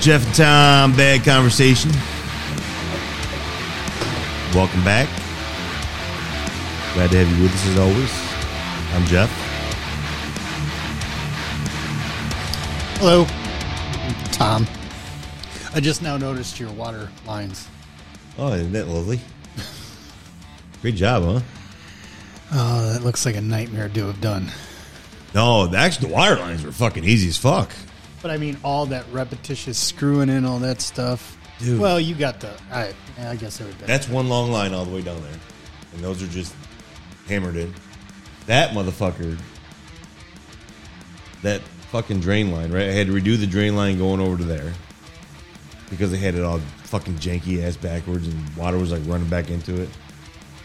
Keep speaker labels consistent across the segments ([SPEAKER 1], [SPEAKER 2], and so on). [SPEAKER 1] Jeff and Tom, bad conversation. Welcome back. Glad to have you with us as always. I'm Jeff.
[SPEAKER 2] Hello, Tom. I just now noticed your water lines.
[SPEAKER 1] Oh, isn't that lovely? Great job, huh?
[SPEAKER 2] Oh, that looks like a nightmare to have done.
[SPEAKER 1] No, the actually the water lines were fucking easy as fuck.
[SPEAKER 2] But I mean, all that repetitious screwing in, all that stuff.
[SPEAKER 1] Dude.
[SPEAKER 2] Well, you got the. I, I guess everybody.
[SPEAKER 1] That's one long line all the way down there. And those are just hammered in. That motherfucker. That fucking drain line, right? I had to redo the drain line going over to there. Because they had it all fucking janky ass backwards and water was like running back into it.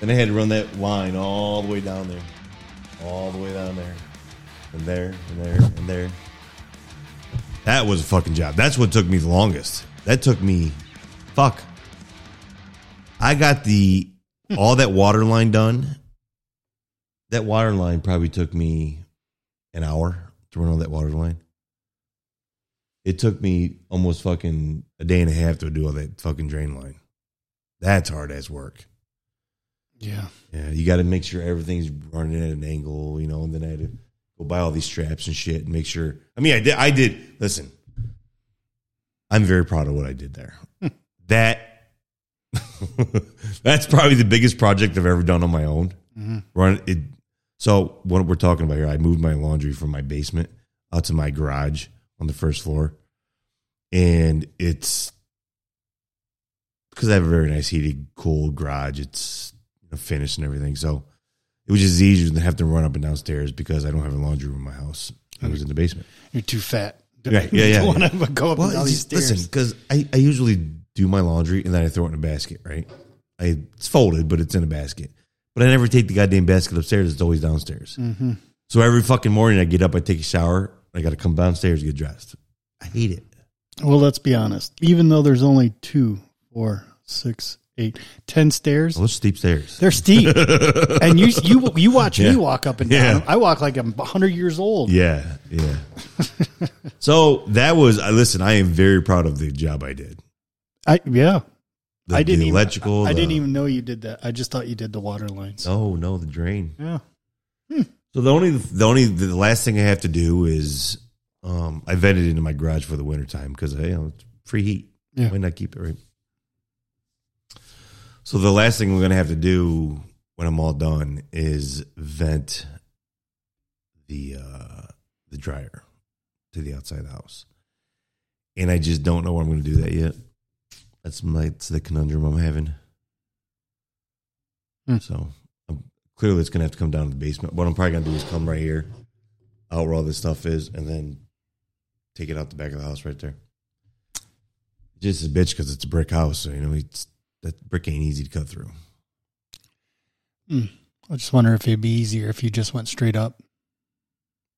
[SPEAKER 1] Then I had to run that line all the way down there. All the way down there. And there, and there, and there. That was a fucking job. That's what took me the longest. That took me fuck. I got the all that water line done. That water line probably took me an hour to run all that water line. It took me almost fucking a day and a half to do all that fucking drain line. That's hard ass work.
[SPEAKER 2] yeah.
[SPEAKER 1] Yeah, you got to make sure everything's running at an angle, you know, and then I had to go buy all these straps and shit and make sure. I mean, I did. I did. Listen, I'm very proud of what I did there. that that's probably the biggest project I've ever done on my own. Run it. So what we're talking about here, I moved my laundry from my basement out to my garage on the first floor, and it's because I have a very nice heated, cool garage. It's you know, finished and everything, so it was just easier than have to run up and downstairs because I don't have a laundry room in my house. I was in the basement.
[SPEAKER 2] You're too fat.
[SPEAKER 1] Right, yeah, yeah,
[SPEAKER 2] Don't
[SPEAKER 1] yeah.
[SPEAKER 2] want to go up
[SPEAKER 1] Well,
[SPEAKER 2] and down
[SPEAKER 1] it's
[SPEAKER 2] these
[SPEAKER 1] just-
[SPEAKER 2] stairs.
[SPEAKER 1] listen, because I, I usually do my laundry and then I throw it in a basket, right? I, it's folded, but it's in a basket. But I never take the goddamn basket upstairs. It's always downstairs.
[SPEAKER 2] Mm-hmm.
[SPEAKER 1] So every fucking morning I get up, I take a shower. I got to come downstairs and get dressed. I hate it.
[SPEAKER 2] Well, let's be honest. Even though there's only two, four, six, eight, ten stairs,
[SPEAKER 1] Those steep stairs.
[SPEAKER 2] they're steep. and you you you watch me walk up and down.
[SPEAKER 1] Yeah.
[SPEAKER 2] I walk like I'm 100 years old.
[SPEAKER 1] Yeah, yeah. so that was, I listen, I am very proud of the job I did.
[SPEAKER 2] I yeah.
[SPEAKER 1] The,
[SPEAKER 2] I didn't
[SPEAKER 1] the
[SPEAKER 2] even-
[SPEAKER 1] electrical. the-
[SPEAKER 2] I
[SPEAKER 1] Oh.
[SPEAKER 2] didn't even know you did that. I just thought you did the water lines.
[SPEAKER 1] No, no, the drain.
[SPEAKER 2] Yeah.
[SPEAKER 1] So the only the only the last thing I have to do is um I vented into my garage for the wintertime because you know it's free heat.
[SPEAKER 2] Yeah.
[SPEAKER 1] Why not keep it right? So the last thing we're gonna have to do when I'm all done is vent the uh the dryer to the outside of the house. And I just don't know where I'm gonna do that yet. That's my it's the conundrum I'm having.
[SPEAKER 2] Hmm.
[SPEAKER 1] So um, clearly it's gonna have to come down to the basement. What I'm probably gonna do is come right here, out where all this stuff is, and then take it out the back of the house right there. Just a bitch because it's a brick house, so you know it's that brick ain't easy to cut through.
[SPEAKER 2] I just wonder if it'd be easier if you just went straight up.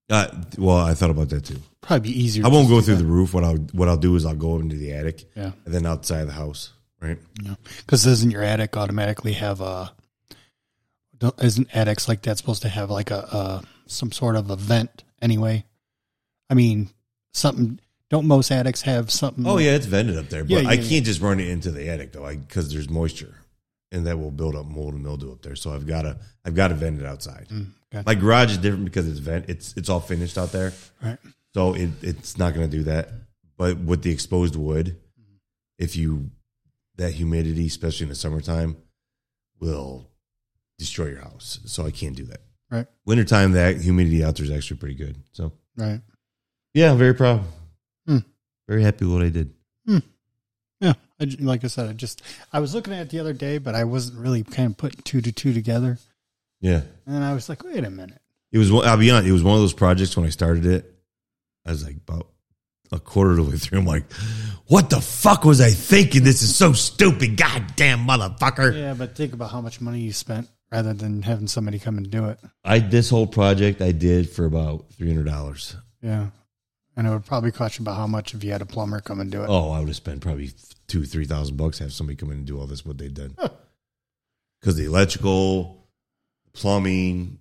[SPEAKER 1] Uh, well, I thought about that too.
[SPEAKER 2] Probably be easier.
[SPEAKER 1] I won't
[SPEAKER 2] just
[SPEAKER 1] go
[SPEAKER 2] to
[SPEAKER 1] through
[SPEAKER 2] that.
[SPEAKER 1] the roof. What I what I'll do is I'll go into the attic,
[SPEAKER 2] Yeah.
[SPEAKER 1] and then outside the house, right?
[SPEAKER 2] Because doesn't your attic automatically have a? Don't, isn't attics like that supposed to have like a, a some sort of a vent anyway? I mean, something. Don't most attics have something?
[SPEAKER 1] Oh yeah, it's vented up there, but
[SPEAKER 2] Yeah, yeah,
[SPEAKER 1] I
[SPEAKER 2] yeah.
[SPEAKER 1] can't just run it into the attic though, because there's moisture, and that will build up mold and mildew up there. So I've got to I've got to vent it outside.
[SPEAKER 2] Mm, gotcha.
[SPEAKER 1] My garage is different because it's vent. It's it's all finished out there,
[SPEAKER 2] Right.
[SPEAKER 1] so it it's not going to do that. But with the exposed wood, if you that humidity, especially in the summertime, will destroy your house. So I can't do that.
[SPEAKER 2] Right.
[SPEAKER 1] Wintertime, that humidity out there is actually pretty good. So
[SPEAKER 2] Right.
[SPEAKER 1] yeah, I'm very proud.
[SPEAKER 2] Hmm.
[SPEAKER 1] Very happy with what I did.
[SPEAKER 2] Yeah. I, ju- like I said, I just I was looking at it the other day, but I wasn't really kind of putting two to two together,
[SPEAKER 1] Yeah.
[SPEAKER 2] and then I was like, wait a minute.
[SPEAKER 1] It was. one- I'll be honest. It was one of those projects when I started it. I was like about a quarter of the way through. I'm like, what the fuck was I thinking? This is so stupid. Goddamn motherfucker.
[SPEAKER 2] Yeah, but think about how much money you spent rather than having somebody come and do it.
[SPEAKER 1] I this whole project I did for about three hundred dollars.
[SPEAKER 2] Yeah. And it would probably cost you about how much if you had a plumber come and do it.
[SPEAKER 1] Oh, I would have spent probably two, three thousand bucks to have somebody come in and do all this. What they did, because the electrical, plumbing,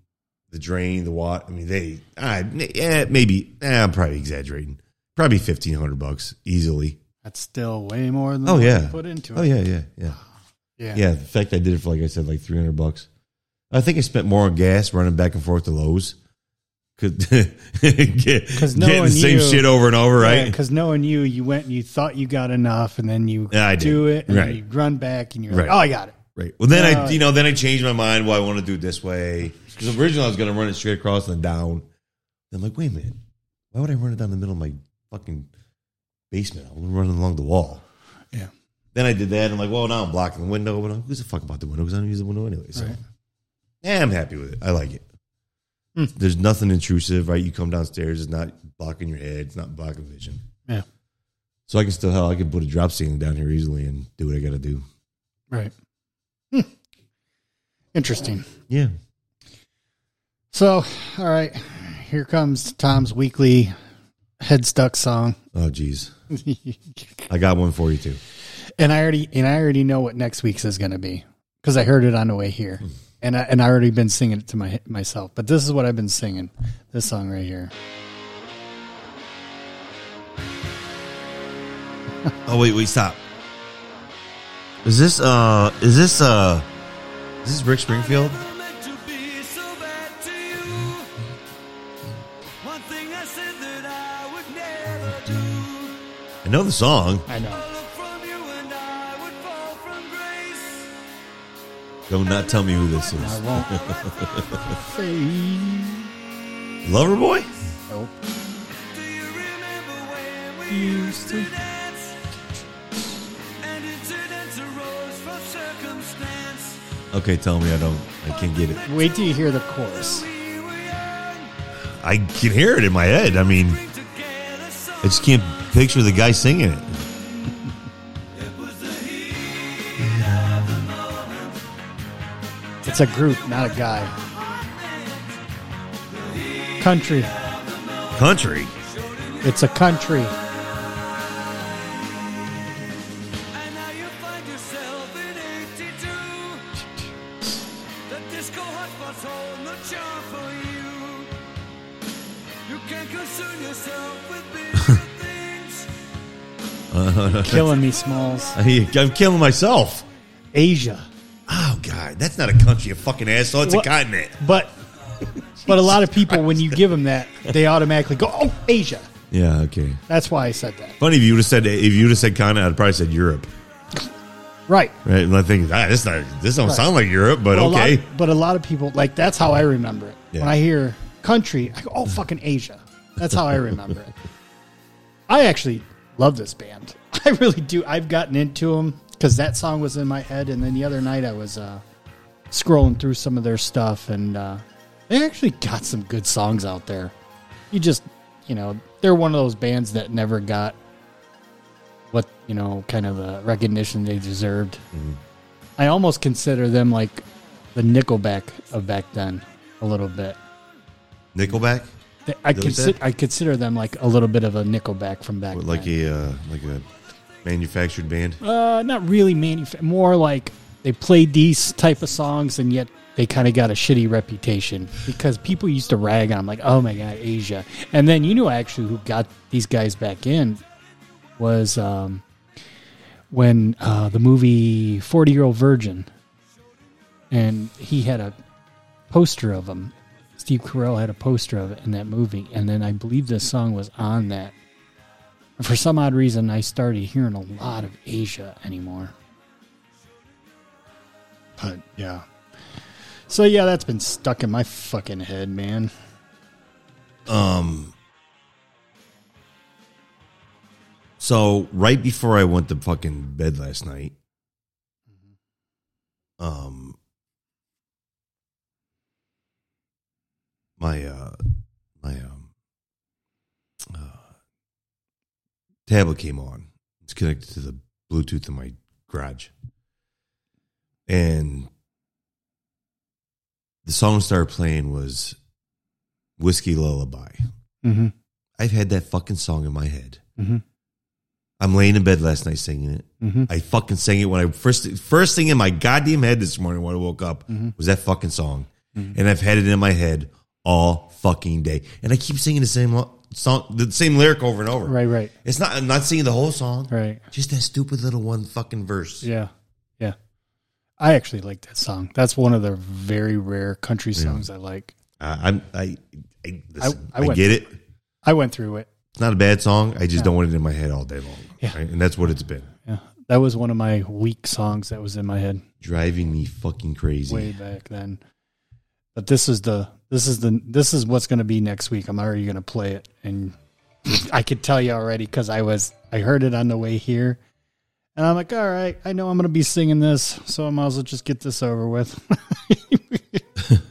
[SPEAKER 1] the drain, the water. I mean, they. I yeah, maybe. eh, I'm probably exaggerating. Probably fifteen hundred bucks easily.
[SPEAKER 2] That's still way more than
[SPEAKER 1] Oh,
[SPEAKER 2] what
[SPEAKER 1] yeah.
[SPEAKER 2] you put into it.
[SPEAKER 1] Oh yeah, yeah, yeah,
[SPEAKER 2] Yeah.
[SPEAKER 1] yeah. The fact I did it for like I said, like three hundred bucks. I think I spent more on gas running back and forth to Lowe's. Could get,
[SPEAKER 2] 'Cause no
[SPEAKER 1] getting the
[SPEAKER 2] one
[SPEAKER 1] same
[SPEAKER 2] knew-
[SPEAKER 1] shit over and over, right?
[SPEAKER 2] Because knowing you, you went and you thought you got enough, and then you
[SPEAKER 1] Yeah, I
[SPEAKER 2] do
[SPEAKER 1] did.
[SPEAKER 2] it, and then
[SPEAKER 1] Right.
[SPEAKER 2] you run back, and you're
[SPEAKER 1] Right.
[SPEAKER 2] like, oh, I got it.
[SPEAKER 1] Right. Well, then I,
[SPEAKER 2] No.
[SPEAKER 1] you know, then I changed my mind. Well, I want to do it this way because originally I was going to run it straight across and down. Then I'm like, wait a minute, why would I run it down the middle of my fucking basement? I'm running along the wall.
[SPEAKER 2] Yeah.
[SPEAKER 1] Then I did that. And I'm like, well, now I'm blocking the window. But I'm- who's the fuck about the window? Because I don't use the window anyway. So,
[SPEAKER 2] Right.
[SPEAKER 1] yeah, I'm happy with it. I like it.
[SPEAKER 2] Hmm.
[SPEAKER 1] There's nothing intrusive, right? You come downstairs, it's not blocking your head, it's not blocking vision.
[SPEAKER 2] Yeah.
[SPEAKER 1] So I can still, hell, I can put a drop ceiling down here easily and do what I got to do.
[SPEAKER 2] Right. Hmm. Interesting.
[SPEAKER 1] Yeah.
[SPEAKER 2] So, all right, here comes Tom's weekly headstuck song,
[SPEAKER 1] Oh, geez.
[SPEAKER 2] and
[SPEAKER 1] I got one for you too.
[SPEAKER 2] I already and I already know what next week's is going to be because I heard it on the way here, and I and I already been singing it to my myself. But this is what I've been singing this song right here.
[SPEAKER 1] Oh wait, wait, stop. Is this uh is this uh is this Rick Springfield?
[SPEAKER 3] meant to be so bad to you. One thing I said that I would never do.
[SPEAKER 1] I know the song.
[SPEAKER 2] I
[SPEAKER 3] I
[SPEAKER 2] know.
[SPEAKER 3] look from you and I would fall from grace.
[SPEAKER 1] Don't not tell me who this
[SPEAKER 2] I
[SPEAKER 1] is.
[SPEAKER 2] won't. Say
[SPEAKER 1] Loverboy?
[SPEAKER 2] nope.
[SPEAKER 3] Do you remember when we used to dance? And incidents arose from circumstance.
[SPEAKER 1] Okay, tell me I don't I can't get it.
[SPEAKER 2] Wait till you hear the chorus.
[SPEAKER 3] We were young,
[SPEAKER 1] I can hear it in my head. I mean,
[SPEAKER 3] bring together
[SPEAKER 1] I
[SPEAKER 3] some.
[SPEAKER 1] just can't picture the guy singing it.
[SPEAKER 3] It was the heat.
[SPEAKER 2] It's a group, not a guy. Country.
[SPEAKER 1] Country.
[SPEAKER 2] It's a country.
[SPEAKER 3] And now you find yourself in 82. The disco hot spots hold no charm for you. You can concern yourself with bigger things.
[SPEAKER 2] Killing me, Smalls.
[SPEAKER 1] I, I'm killing myself.
[SPEAKER 2] Asia.
[SPEAKER 1] Oh god, that's not a country, you fucking asshole. It's
[SPEAKER 2] What?
[SPEAKER 1] a continent.
[SPEAKER 2] But but a lot of people, when you give them that, they automatically go, oh, Asia.
[SPEAKER 1] Yeah, okay.
[SPEAKER 2] That's why I said that.
[SPEAKER 1] Funny if you would have said if you would have said continent, I'd probably said Europe.
[SPEAKER 2] Right.
[SPEAKER 1] Right? And I think ah, this not this don't
[SPEAKER 2] Right.
[SPEAKER 1] sound like Europe, but
[SPEAKER 2] Well, a lot-
[SPEAKER 1] okay.
[SPEAKER 2] but a lot of people, like, that's how I remember it.
[SPEAKER 1] Yeah.
[SPEAKER 2] When I hear country, I go, oh, fucking Asia. That's how I remember it. I actually love this band. I really do. I've gotten into them because that song was in my head. And then the other night I was uh, scrolling through some of their stuff, and uh, they actually got some good songs out there. You just, you know, they're one of those bands that never got what, you know, kind of the recognition they deserved.
[SPEAKER 1] Mm-hmm.
[SPEAKER 2] I almost consider them like the Nickelback of back then, a little bit.
[SPEAKER 1] Nickelback?
[SPEAKER 2] They- I,
[SPEAKER 1] Really
[SPEAKER 2] consider,
[SPEAKER 1] bad?
[SPEAKER 2] I consider them like a little bit of a Nickelback from back
[SPEAKER 1] What,
[SPEAKER 2] then.
[SPEAKER 1] like a uh, like a manufactured band?
[SPEAKER 2] Uh, not really manuf- more like they played these type of songs and yet they kind of got a shitty reputation because people used to rag on them like oh my god asia and then you know actually who got these guys back in was um, when uh, the movie 40 year old virgin and he had a poster of him steve carell had a poster of it in that movie and then i believe this song was on that for some odd reason, I started hearing a lot of Asia anymore. But yeah. So yeah, that's been stuck in my fucking head, man.
[SPEAKER 1] Um. So right before I went to fucking bed last night, um, my uh, my um, uh, tablet came on. It's connected to the Bluetooth in my garage, and the song started playing was "Whiskey Lullaby."
[SPEAKER 2] Mm-hmm.
[SPEAKER 1] I've had that fucking song in my head.
[SPEAKER 2] Mhm.
[SPEAKER 1] I'm laying in bed last night singing it.
[SPEAKER 2] Mhm.
[SPEAKER 1] I fucking sang it when I first first thing in my goddamn head this morning when I woke up
[SPEAKER 2] Mm-hmm.
[SPEAKER 1] was that fucking song, and I've had it in my head all fucking day, and I keep singing the same lo- song, the same lyric over and over.
[SPEAKER 2] Right, right,
[SPEAKER 1] It's not. I'm not singing the whole song.
[SPEAKER 2] right.
[SPEAKER 1] Just that stupid little one fucking verse.
[SPEAKER 2] Yeah, yeah. I actually like that song. That's one of the very rare country songs I like.
[SPEAKER 1] I, I'm. I. I, listen,
[SPEAKER 2] I
[SPEAKER 1] I,
[SPEAKER 2] went-
[SPEAKER 1] get it.
[SPEAKER 2] I went through it.
[SPEAKER 1] It's not a bad song. I just don't want it in my head all day long.
[SPEAKER 2] Yeah.
[SPEAKER 1] right? And that's what it's been.
[SPEAKER 2] Yeah, that was one of my weak songs that was in my head
[SPEAKER 1] Driving me fucking crazy.
[SPEAKER 2] way back then. But this is the this is the this is what's going to be next week. I'm already going to play it, and I could tell you already because I was I heard it on the way here, and I'm like, all right, I know I'm going to be singing this, so I might as well just get this over with.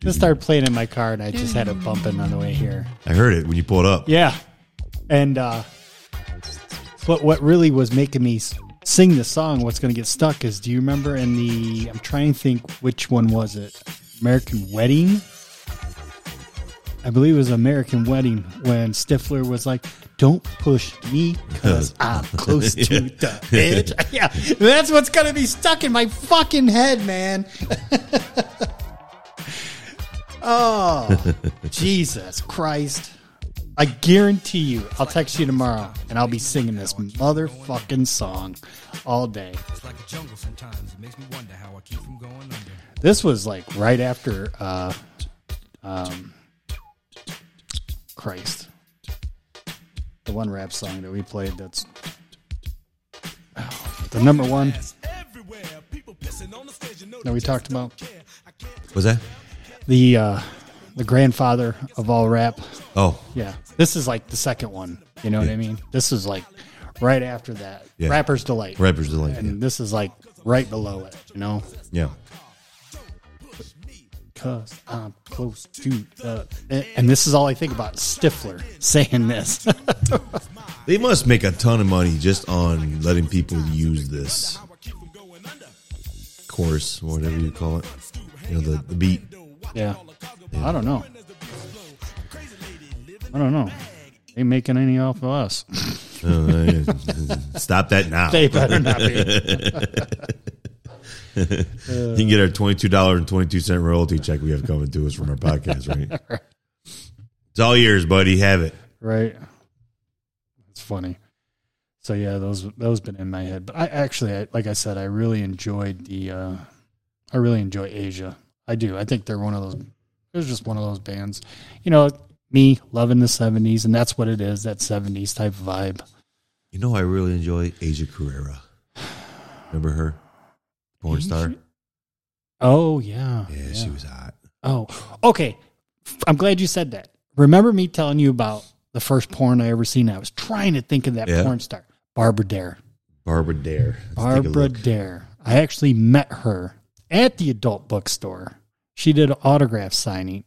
[SPEAKER 2] just started playing in my car, and I just had it bumping on the way here.
[SPEAKER 1] I heard it when you pulled up.
[SPEAKER 2] Yeah. And uh but what really was making me s- sing the song what's going to get stuck is do you remember in the I'm trying to think which one was it? American Wedding? I believe it was American Wedding when Stifler was like, "Don't push me cuz I'm close to the edge." yeah. That's what's going to be stuck in my fucking head, man. oh, Jesus Christ. I guarantee you, I'll text you tomorrow and I'll be singing this motherfucking song all day.
[SPEAKER 4] It's like a jungle sometimes. It makes me wonder how I keep from going under.
[SPEAKER 2] This was like right after uh um Christ. The one rap song that we played that's Oh, the number one that we talked about.
[SPEAKER 1] Was that?
[SPEAKER 2] The uh the grandfather of all rap.
[SPEAKER 1] Oh,
[SPEAKER 2] Yeah. This is like the second one. You know what I mean? This is like right after that.
[SPEAKER 1] Yeah.
[SPEAKER 2] Rapper's Delight.
[SPEAKER 1] Rapper's Delight.
[SPEAKER 2] and
[SPEAKER 1] Yeah.
[SPEAKER 2] this is like right below it, you know?
[SPEAKER 1] yeah.
[SPEAKER 2] Cause I'm close to the. And this is all I think about Stifler saying this.
[SPEAKER 1] They must make a ton of money just on letting people use this course, or whatever you call it. You know, the, the beat.
[SPEAKER 2] yeah. I don't know. I don't know. They making any off of us.
[SPEAKER 1] Uh, Oh, Stop that now.
[SPEAKER 2] they better not be.
[SPEAKER 1] You can get our twenty-two dollar and twenty-two cent royalty check we have coming to us from our podcast, right? It's all yours, buddy. Have it.
[SPEAKER 2] Right. It's funny. So yeah, those those been in my head. But I actually I, like I said, I really enjoyed the uh I really enjoy Asia. I do. I think they're one of those they're just one of those bands. You know, me loving the 70s and that's what it is, that 70s type vibe.
[SPEAKER 1] You know, I really enjoy Asia Carrera. Remember her, porn star?
[SPEAKER 2] Oh yeah.
[SPEAKER 1] Yeah, she was hot.
[SPEAKER 2] Oh, okay. F- I'm glad you said that. Remember me telling you about the first porn I ever seen? I was trying to think of that
[SPEAKER 1] Yeah.
[SPEAKER 2] porn star, Barbara Dare.
[SPEAKER 1] Barbara Dare. Let's take a
[SPEAKER 2] Barbara
[SPEAKER 1] look.
[SPEAKER 2] Dare. I actually met her at the adult bookstore. She did an autograph signing.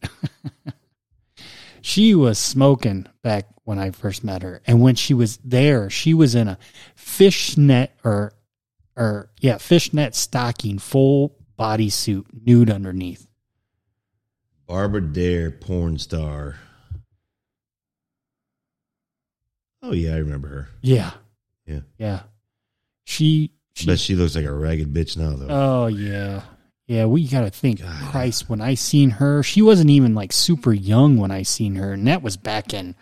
[SPEAKER 2] she was smoking back when I first met her. And when she was there, she was in a fishnet or or yeah, fishnet stocking, full bodysuit, nude underneath.
[SPEAKER 1] Barbara Dare, porn star. Oh yeah, I remember her.
[SPEAKER 2] Yeah.
[SPEAKER 1] Yeah.
[SPEAKER 2] Yeah. She
[SPEAKER 1] I
[SPEAKER 2] she
[SPEAKER 1] bet she looks like a ragged bitch now though.
[SPEAKER 2] Oh yeah. Yeah, we gotta think.
[SPEAKER 1] God.
[SPEAKER 2] Christ, when I seen her, she wasn't even like super young when I seen her, and that was back in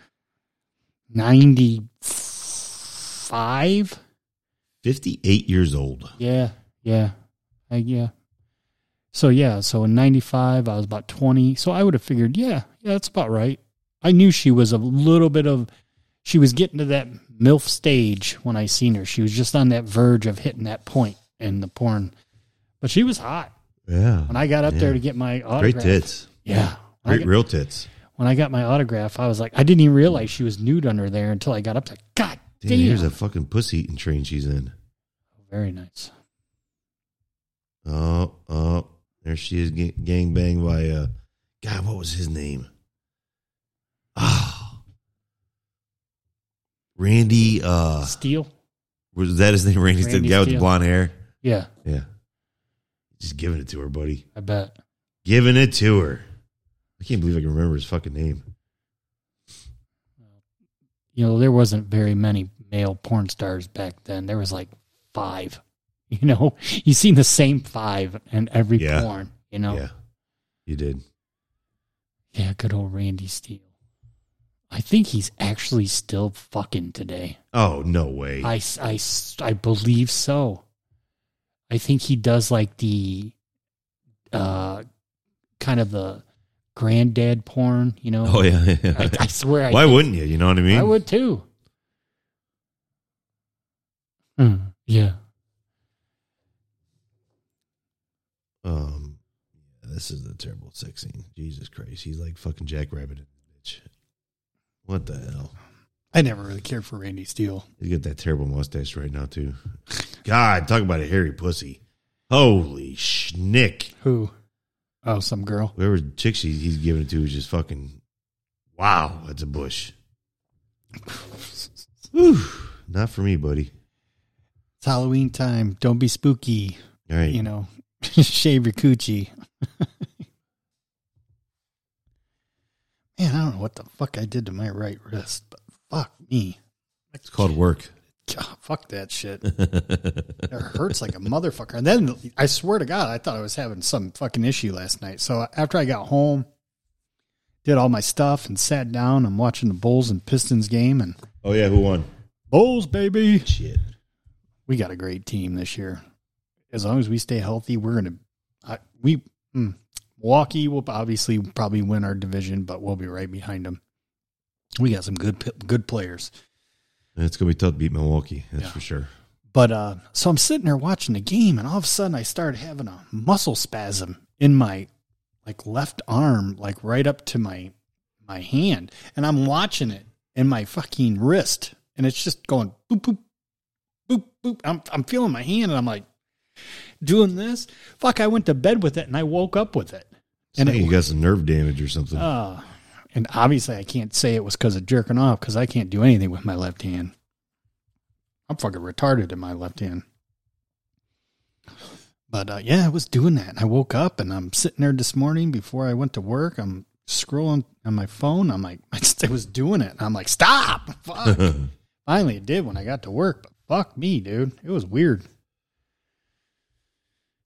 [SPEAKER 2] ninety five.
[SPEAKER 1] Fifty-eight years old.
[SPEAKER 2] Yeah, yeah, I, yeah. So yeah, so in '95 I was about 20. So I would have figured, yeah, yeah, that's about right. I knew she was a little bit of, she was getting to that milf stage when I seen her. She was just on that verge of hitting that point in the porn, but she was hot
[SPEAKER 1] Yeah.
[SPEAKER 2] when I got up there
[SPEAKER 1] Yeah.
[SPEAKER 2] to get my
[SPEAKER 1] Great
[SPEAKER 2] autograph.
[SPEAKER 1] tits.
[SPEAKER 2] Yeah. When I,
[SPEAKER 1] Great
[SPEAKER 2] got,
[SPEAKER 1] real tits.
[SPEAKER 2] when I got my autograph, I was like, I didn't even realize she was nude under there until I got up there. God
[SPEAKER 1] Damn, here's
[SPEAKER 2] damn,
[SPEAKER 1] a fucking pussy eating train she's in.
[SPEAKER 2] very nice.
[SPEAKER 1] Oh, oh, there she is, ga- gang banged by uh, God. What was his name? Ah, Randy. Uh, Ah.
[SPEAKER 2] Steel,
[SPEAKER 1] Was that his name? Randy, Randy the
[SPEAKER 2] Randy
[SPEAKER 1] guy with the
[SPEAKER 2] Steele.
[SPEAKER 1] blonde hair.
[SPEAKER 2] Yeah,
[SPEAKER 1] Yeah, just giving it to her, buddy.
[SPEAKER 2] I bet.
[SPEAKER 1] Giving it to her. I can't believe I can remember his fucking name.
[SPEAKER 2] You know, there wasn't very many male porn stars back then. There was like five. You know, you seen the same five in every
[SPEAKER 1] Yeah.
[SPEAKER 2] porn. You know,
[SPEAKER 1] Yeah, you did.
[SPEAKER 2] yeah, good old Randy Steele. I think he's actually still fucking today.
[SPEAKER 1] Oh no way.
[SPEAKER 2] I, I, I believe so. I think he does like the uh kind of the granddad porn, you know.
[SPEAKER 1] oh yeah.
[SPEAKER 2] I, I swear I
[SPEAKER 1] Why wouldn't you? You know what I mean?
[SPEAKER 2] I would too. Hmm, yeah.
[SPEAKER 1] Um, this is a terrible sex scene. Jesus Christ, he's like fucking jackrabbit in the bitch. What the hell?
[SPEAKER 2] I never really cared for Randy Steele.
[SPEAKER 1] He's got that terrible mustache right now too. God, talk about a hairy pussy. Holy schnick!
[SPEAKER 2] Who? Oh, some girl.
[SPEAKER 1] Whoever chick she, he's giving it to is just fucking. Wow, that's a bush. Whew, not for me, buddy.
[SPEAKER 2] It's Halloween time. Don't be spooky.
[SPEAKER 1] All right,
[SPEAKER 2] You know, shave your coochie. Man, I don't know what the fuck I did to my right wrist, but fuck me.
[SPEAKER 1] it's called work.
[SPEAKER 2] God, fuck that shit. it hurts like a motherfucker. And then I swear to God, I thought I was having some fucking issue last night. So after I got home, did all my stuff and sat down, I'm watching the Bulls and Pistons game and
[SPEAKER 1] Oh yeah, who won?
[SPEAKER 2] Bulls, baby.
[SPEAKER 1] Shit.
[SPEAKER 2] We got a great team this year. As long as we stay healthy, we're gonna I, we mm, Milwaukee will obviously probably win our division, but we'll be right behind them. We got some good p- good players.
[SPEAKER 1] It's gonna be tough to beat Milwaukee. That's
[SPEAKER 2] Yeah.
[SPEAKER 1] for sure.
[SPEAKER 2] But uh, so I'm sitting there watching the game, and all of a sudden I started having a muscle spasm in my like left arm, like right up to my my hand, and I'm watching it in my fucking wrist, and it's just going boop boop boop boop. I'm I'm feeling my hand, and I'm like doing this. Fuck! I went to bed with it, and I woke up with it, and
[SPEAKER 1] I think
[SPEAKER 2] it,
[SPEAKER 1] you got some nerve damage or something.
[SPEAKER 2] uh, and obviously I can't say it was because of jerking off because I can't do anything with my left hand. I'm fucking retarded in my left hand. But uh, yeah, I was doing that. I woke up and I'm sitting there this morning before I went to work. I'm scrolling on my phone. I'm like, I was doing it. I'm like, stop. Fuck. Finally, it did when I got to work. But fuck me, dude. It was weird.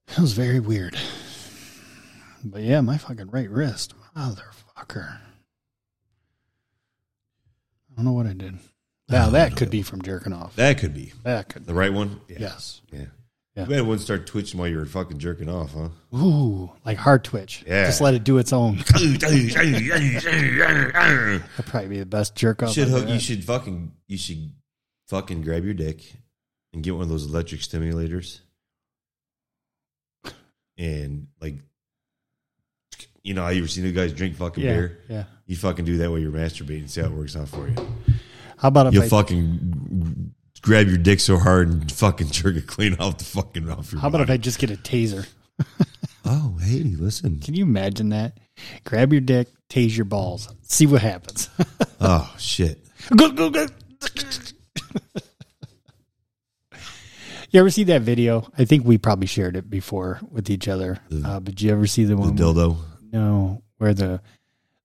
[SPEAKER 2] It was very weird. But yeah, my fucking right wrist. Motherfucker. I don't know what I did. Now, that could be from jerking off. That,
[SPEAKER 1] that could be
[SPEAKER 2] could
[SPEAKER 1] the right one.
[SPEAKER 2] Yes.
[SPEAKER 1] Yeah.
[SPEAKER 2] Yeah.
[SPEAKER 1] You better wouldn't start twitching while you were fucking jerking off, huh?
[SPEAKER 2] Ooh, like hard twitch.
[SPEAKER 1] Yeah.
[SPEAKER 2] Just let it do its own. That'd
[SPEAKER 1] should
[SPEAKER 2] probably be the best jerk off. I've
[SPEAKER 1] hook,
[SPEAKER 2] ever
[SPEAKER 1] you
[SPEAKER 2] had.
[SPEAKER 1] should fucking you should fucking grab your dick and get one of those electric stimulators and like you know how you ever seen the guys drink fucking
[SPEAKER 2] yeah,
[SPEAKER 1] beer
[SPEAKER 2] yeah.
[SPEAKER 1] you fucking do that while you're masturbating and see how it works out for you
[SPEAKER 2] How about if
[SPEAKER 1] you'll
[SPEAKER 2] I,
[SPEAKER 1] fucking grab your dick so hard and fucking jerk it clean off the fucking off your
[SPEAKER 2] how about if
[SPEAKER 1] body.
[SPEAKER 2] I just get a taser?
[SPEAKER 1] oh hey listen
[SPEAKER 2] Can you imagine that? Grab your dick, tase your balls, see what happens.
[SPEAKER 1] oh shit
[SPEAKER 2] go, go, go. you ever see that video? I think we probably shared it before with each other. Uh, but you ever see the
[SPEAKER 1] the
[SPEAKER 2] one? where-
[SPEAKER 1] dildo
[SPEAKER 2] no, where the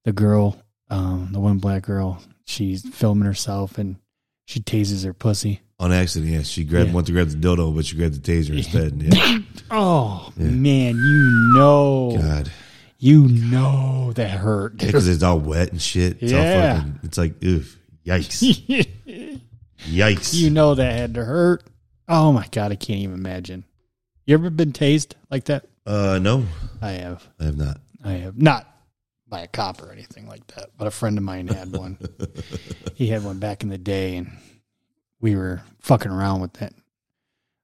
[SPEAKER 2] the girl, um, the one black girl, she's filming herself and she tases her pussy.
[SPEAKER 1] On accident, yes. She grabbed
[SPEAKER 2] Yeah.
[SPEAKER 1] went to grab the dildo, but she grabbed the taser instead. Yeah.
[SPEAKER 2] Oh
[SPEAKER 1] Yeah.
[SPEAKER 2] man, you know,
[SPEAKER 1] God,
[SPEAKER 2] you know that hurt.
[SPEAKER 1] because it's all wet and shit. It's all
[SPEAKER 2] Yeah.
[SPEAKER 1] fucking. It's like oof, yikes, yikes.
[SPEAKER 2] You know that had to hurt. Oh my god, I can't even imagine. You ever been tased like that?
[SPEAKER 1] uh, no,
[SPEAKER 2] I have.
[SPEAKER 1] I have not.
[SPEAKER 2] I have not by a cop or anything like that, but a friend of mine had one. he had one back in the day, and we were fucking around with it.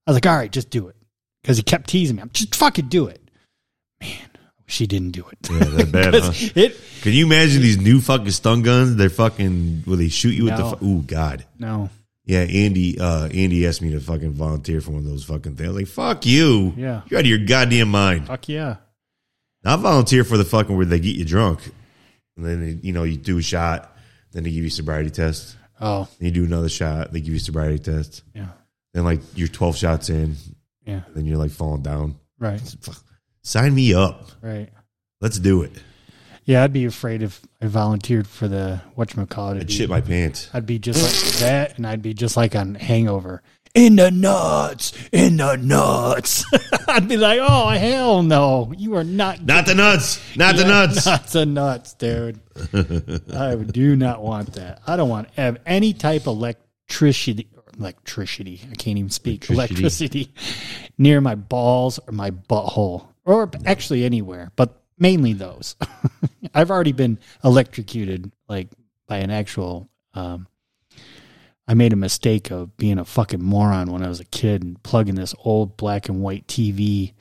[SPEAKER 2] I was like, "All right, just do it," because he kept teasing me. I'm just fucking do it, man. I wish he didn't do it.
[SPEAKER 1] Yeah, that bad,
[SPEAKER 2] 'Cause
[SPEAKER 1] huh?
[SPEAKER 2] It
[SPEAKER 1] Can you imagine these new fucking stun guns? They're fucking. Will they shoot you with
[SPEAKER 2] No.
[SPEAKER 1] the? Fu- Ooh, God.
[SPEAKER 2] no,
[SPEAKER 1] Yeah, Andy. Uh, Andy asked me to fucking volunteer for one of those fucking things. I was like, fuck you.
[SPEAKER 2] Yeah.
[SPEAKER 1] You're out of your goddamn mind.
[SPEAKER 2] fuck yeah,
[SPEAKER 1] I volunteer for the fucking where they get you drunk, and then they, you know you do a shot, then they give you sobriety test.
[SPEAKER 2] oh
[SPEAKER 1] You do another shot. They give you sobriety test.
[SPEAKER 2] yeah,
[SPEAKER 1] And like you're 12 shots in,
[SPEAKER 2] Yeah.
[SPEAKER 1] then you're like falling down.
[SPEAKER 2] Right.
[SPEAKER 1] Sign me up.
[SPEAKER 2] Right.
[SPEAKER 1] Let's do it.
[SPEAKER 2] Yeah, I'd be afraid if I volunteered for the whatchamacallit.
[SPEAKER 1] I'd
[SPEAKER 2] I'd,
[SPEAKER 1] shit my pants.
[SPEAKER 2] I'd be just like that, and I'd be just like on Hangover. In the nuts, in the nuts. I'd be like, oh hell no, you are not.
[SPEAKER 1] Not the nuts. Not the
[SPEAKER 2] Yeah,
[SPEAKER 1] nuts.
[SPEAKER 2] Not the nuts, dude. I do not want that. I don't want to have any type of electricity. Electricity. I can't even speak.
[SPEAKER 1] Electricity.
[SPEAKER 2] Electricity near my balls or my butthole, or actually anywhere, but mainly those. I've already been electrocuted, like by an actual. Um, I made a mistake of being a fucking moron when I was a kid and plugging this old black and white TV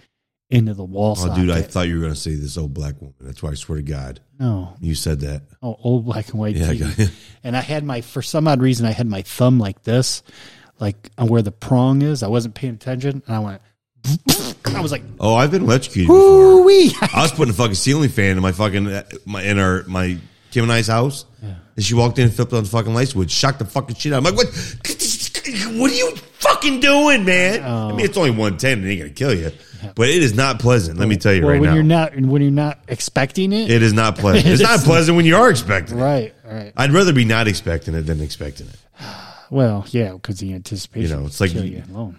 [SPEAKER 2] into the wall.
[SPEAKER 1] Oh, dude, I
[SPEAKER 2] socket.
[SPEAKER 1] thought you were going to say this old black woman. That's why I swear to God,
[SPEAKER 2] no.
[SPEAKER 1] you said that.
[SPEAKER 2] Oh, old black and white
[SPEAKER 1] Yeah, I
[SPEAKER 2] TV.
[SPEAKER 1] got-
[SPEAKER 2] and I had my for some odd reason I had my thumb like this, like on where the prong is. I wasn't paying attention, and I went. I was like,
[SPEAKER 1] Oh, I've been electrocuted
[SPEAKER 2] "Ooh
[SPEAKER 1] before.
[SPEAKER 2] wee!"
[SPEAKER 1] I was putting a fucking ceiling fan in my fucking my in our my Kim and I's house, and she walked in and flipped on the fucking lights, which shocked the fucking shit out. I'm like, what? What are you fucking doing, man? I mean, it's only one ten, it ain't gonna kill you, but it is not pleasant. Let me tell you
[SPEAKER 2] Well,
[SPEAKER 1] right
[SPEAKER 2] when
[SPEAKER 1] now,
[SPEAKER 2] you're not when you're not expecting it,
[SPEAKER 1] it is not pleasant.
[SPEAKER 2] It
[SPEAKER 1] it's not
[SPEAKER 2] is-
[SPEAKER 1] pleasant when you are expecting. it.
[SPEAKER 2] right? All right.
[SPEAKER 1] I'd rather be not expecting it than expecting it.
[SPEAKER 2] Well, yeah, because the anticipation.
[SPEAKER 1] You know, it's
[SPEAKER 2] would
[SPEAKER 1] like-
[SPEAKER 2] kill you alone.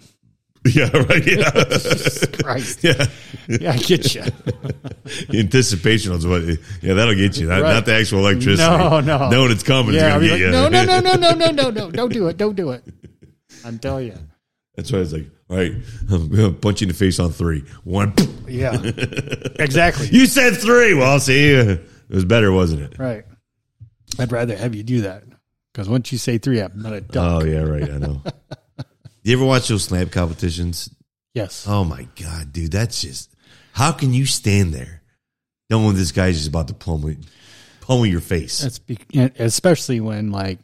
[SPEAKER 1] Yeah, right. Yeah,
[SPEAKER 2] Christ.
[SPEAKER 1] yeah.
[SPEAKER 2] Yeah, I get you.
[SPEAKER 1] Anticipation is what. Yeah, that'll get you. Not,
[SPEAKER 2] Right.
[SPEAKER 1] not the actual electricity.
[SPEAKER 2] No, no.
[SPEAKER 1] knowing it's coming. is
[SPEAKER 2] yeah, I'd
[SPEAKER 1] gonna
[SPEAKER 2] be
[SPEAKER 1] get
[SPEAKER 2] like,
[SPEAKER 1] you.
[SPEAKER 2] no, no, no, no, no, no, no, no, don't do it, don't do it. I'm telling you.
[SPEAKER 1] That's why I was like, all right, I'm gonna punch you in the face on three. One.
[SPEAKER 2] Yeah, exactly.
[SPEAKER 1] You said three. Well, see, it was better, wasn't it?
[SPEAKER 2] Right. I'd rather have you do that because once you say three, I'm not a duck.
[SPEAKER 1] Oh yeah, right. I know. you ever watch those slam competitions?
[SPEAKER 2] yes.
[SPEAKER 1] Oh my god, dude, that's just. How can you stand there knowing this guy's just about to pummel, pummel your face?
[SPEAKER 2] That's be- and especially when like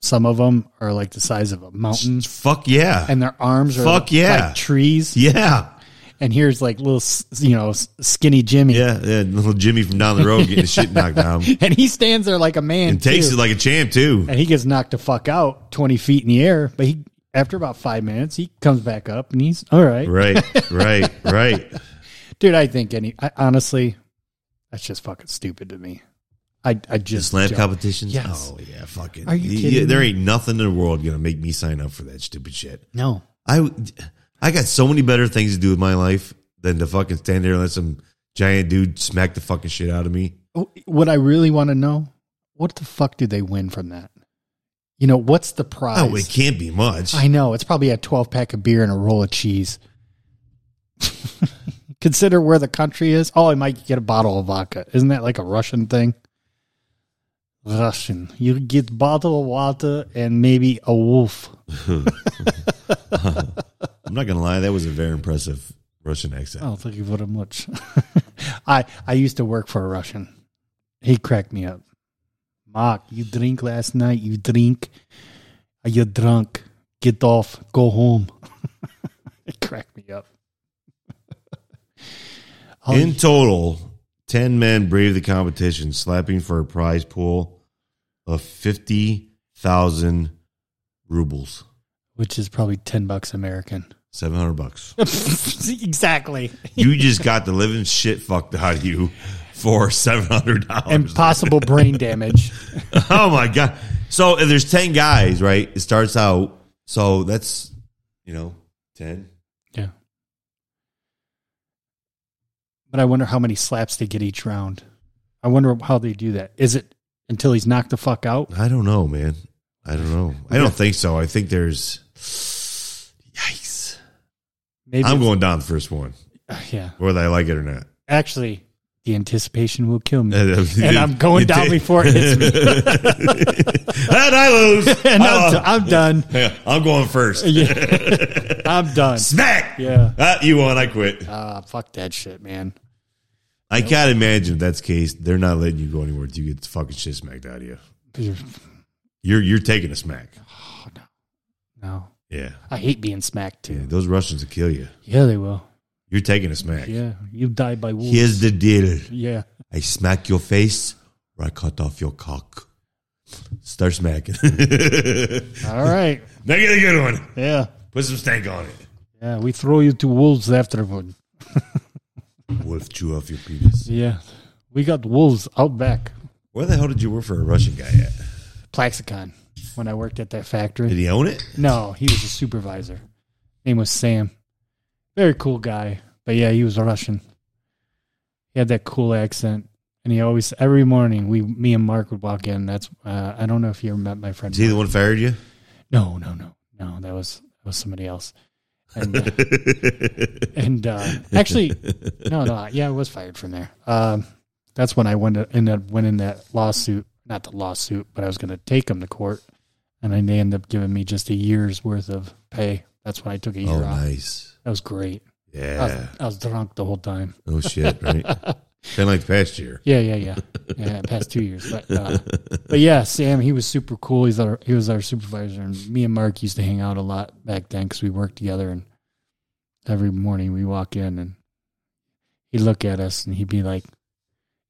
[SPEAKER 2] some of them are like the size of a mountain
[SPEAKER 1] Fuck yeah,
[SPEAKER 2] and their arms are
[SPEAKER 1] Fuck yeah.
[SPEAKER 2] like trees.
[SPEAKER 1] yeah.
[SPEAKER 2] And here's like little, s- you know, s- skinny Jimmy.
[SPEAKER 1] Yeah, yeah, little Jimmy from down the road getting his shit knocked down.
[SPEAKER 2] And he stands there like a man.
[SPEAKER 1] And takes
[SPEAKER 2] too.
[SPEAKER 1] it like a champ too.
[SPEAKER 2] and he gets knocked the fuck out 20 feet in the air. But he, after about five minutes, he comes back up and he's all right.
[SPEAKER 1] Right, right, right.
[SPEAKER 2] Dude, I think any, I, honestly, that's just fucking stupid to me. I,
[SPEAKER 1] The
[SPEAKER 2] I just.
[SPEAKER 1] slam
[SPEAKER 2] don't.
[SPEAKER 1] competitions.
[SPEAKER 2] Yes.
[SPEAKER 1] Oh yeah, fucking.
[SPEAKER 2] Are you
[SPEAKER 1] Yeah,
[SPEAKER 2] kidding
[SPEAKER 1] there
[SPEAKER 2] me?
[SPEAKER 1] ain't nothing in the world gonna make me sign up for that stupid shit.
[SPEAKER 2] No.
[SPEAKER 1] I, I got so many better things to do with my life than to fucking stand there and let some giant dude smack the fucking shit out of me.
[SPEAKER 2] Oh, what I really want to know, what the fuck did they win from that? You know, what's the prize?
[SPEAKER 1] Oh, it can't be much.
[SPEAKER 2] I know it's probably a 12 pack of beer and a roll of cheese. Consider where the country is. Oh, I might get a bottle of vodka. Isn't that like a Russian thing? Russian. You get bottle of water and maybe a wolf.
[SPEAKER 1] I'm not gonna lie, that was a very impressive Russian accent.
[SPEAKER 2] Oh, thank you very much. I I used to work for a Russian. He cracked me up. Mark, you drink last night. You drink. Are you drunk? Get off. Go home. it cracked me up. Oh,
[SPEAKER 1] In total, 10 men braved the competition, slapping for a prize pool of 50,000 rubles,
[SPEAKER 2] which is probably ten bucks American.
[SPEAKER 1] 700 bucks.
[SPEAKER 2] exactly.
[SPEAKER 1] You just got the living shit fucked out of you for $700.
[SPEAKER 2] And possible brain damage.
[SPEAKER 1] oh my God. So if there's 10 guys, right? It starts out, so that's, you know, 10.
[SPEAKER 2] Yeah. But I wonder how many slaps they get each round. I wonder how they do that. Is it until he's knocked the fuck out?
[SPEAKER 1] I don't know, man. I don't know. I don't think so. I think there's. Yikes.
[SPEAKER 2] Maybe
[SPEAKER 1] I'm
[SPEAKER 2] it's-
[SPEAKER 1] going down the first one,
[SPEAKER 2] Yeah.
[SPEAKER 1] whether I like it or not.
[SPEAKER 2] Actually, the anticipation will kill me.
[SPEAKER 1] and
[SPEAKER 2] and I'm going down before it hits me.
[SPEAKER 1] and I lose.
[SPEAKER 2] And
[SPEAKER 1] Uh,
[SPEAKER 2] I'm, d- I'm done.
[SPEAKER 1] yeah, I'm going first.
[SPEAKER 2] I'm done.
[SPEAKER 1] Smack.
[SPEAKER 2] Yeah.
[SPEAKER 1] Ah, you won. I quit.
[SPEAKER 2] Ah, fuck that shit, man.
[SPEAKER 1] I can't imagine if that's the case. They're not letting you go anywhere till you get the fucking shit smacked out of you. You're you're taking a smack.
[SPEAKER 2] No.
[SPEAKER 1] Yeah.
[SPEAKER 2] I hate being smacked,
[SPEAKER 1] yeah
[SPEAKER 2] too.
[SPEAKER 1] those Russians will kill you.
[SPEAKER 2] Yeah, they will.
[SPEAKER 1] You're taking a smack.
[SPEAKER 2] Yeah. You die by wolves.
[SPEAKER 1] Here's the deal.
[SPEAKER 2] Yeah.
[SPEAKER 1] I smack your face or I cut off your cock. Start smacking.
[SPEAKER 2] All right.
[SPEAKER 1] now get a good one.
[SPEAKER 2] Yeah.
[SPEAKER 1] Put some stank on it.
[SPEAKER 2] Yeah, we throw you to wolves afterward.
[SPEAKER 1] Wolf chew off your penis.
[SPEAKER 2] Yeah, we got wolves out back.
[SPEAKER 1] Where the hell did you work for a Russian guy at?
[SPEAKER 2] Plaxicon. When I worked at that factory.
[SPEAKER 1] Did he own it?
[SPEAKER 2] No, he was a supervisor. Name was Sam. Very cool guy. But yeah, he was Russian. He had that cool accent. And he always every morning we me and Mark would walk in. That's uh, I don't know if you ever met my friend.
[SPEAKER 1] Is he the one who fired you?
[SPEAKER 2] No, no, no. No, that was that was somebody else. And uh, and uh, actually no, no, yeah, I was fired from there. Um, that's when I went to, ended up winning that lawsuit. Not the lawsuit, but I was going to take him to court, and then they ended up giving me just a year's worth of pay. That's when I took a year
[SPEAKER 1] Oh,
[SPEAKER 2] off.
[SPEAKER 1] nice.
[SPEAKER 2] That was great. I, was,
[SPEAKER 1] Yeah.
[SPEAKER 2] I was drunk the whole time.
[SPEAKER 1] Oh shit, right? kind of like past year.
[SPEAKER 2] Yeah, yeah, yeah. Yeah, past two years, but uh, but yeah, Sam, he was super cool. He's our he was our supervisor, and me and Mark used to hang out a lot back then because we worked together. And every morning we walk in, and he'd look at us, and he'd be like,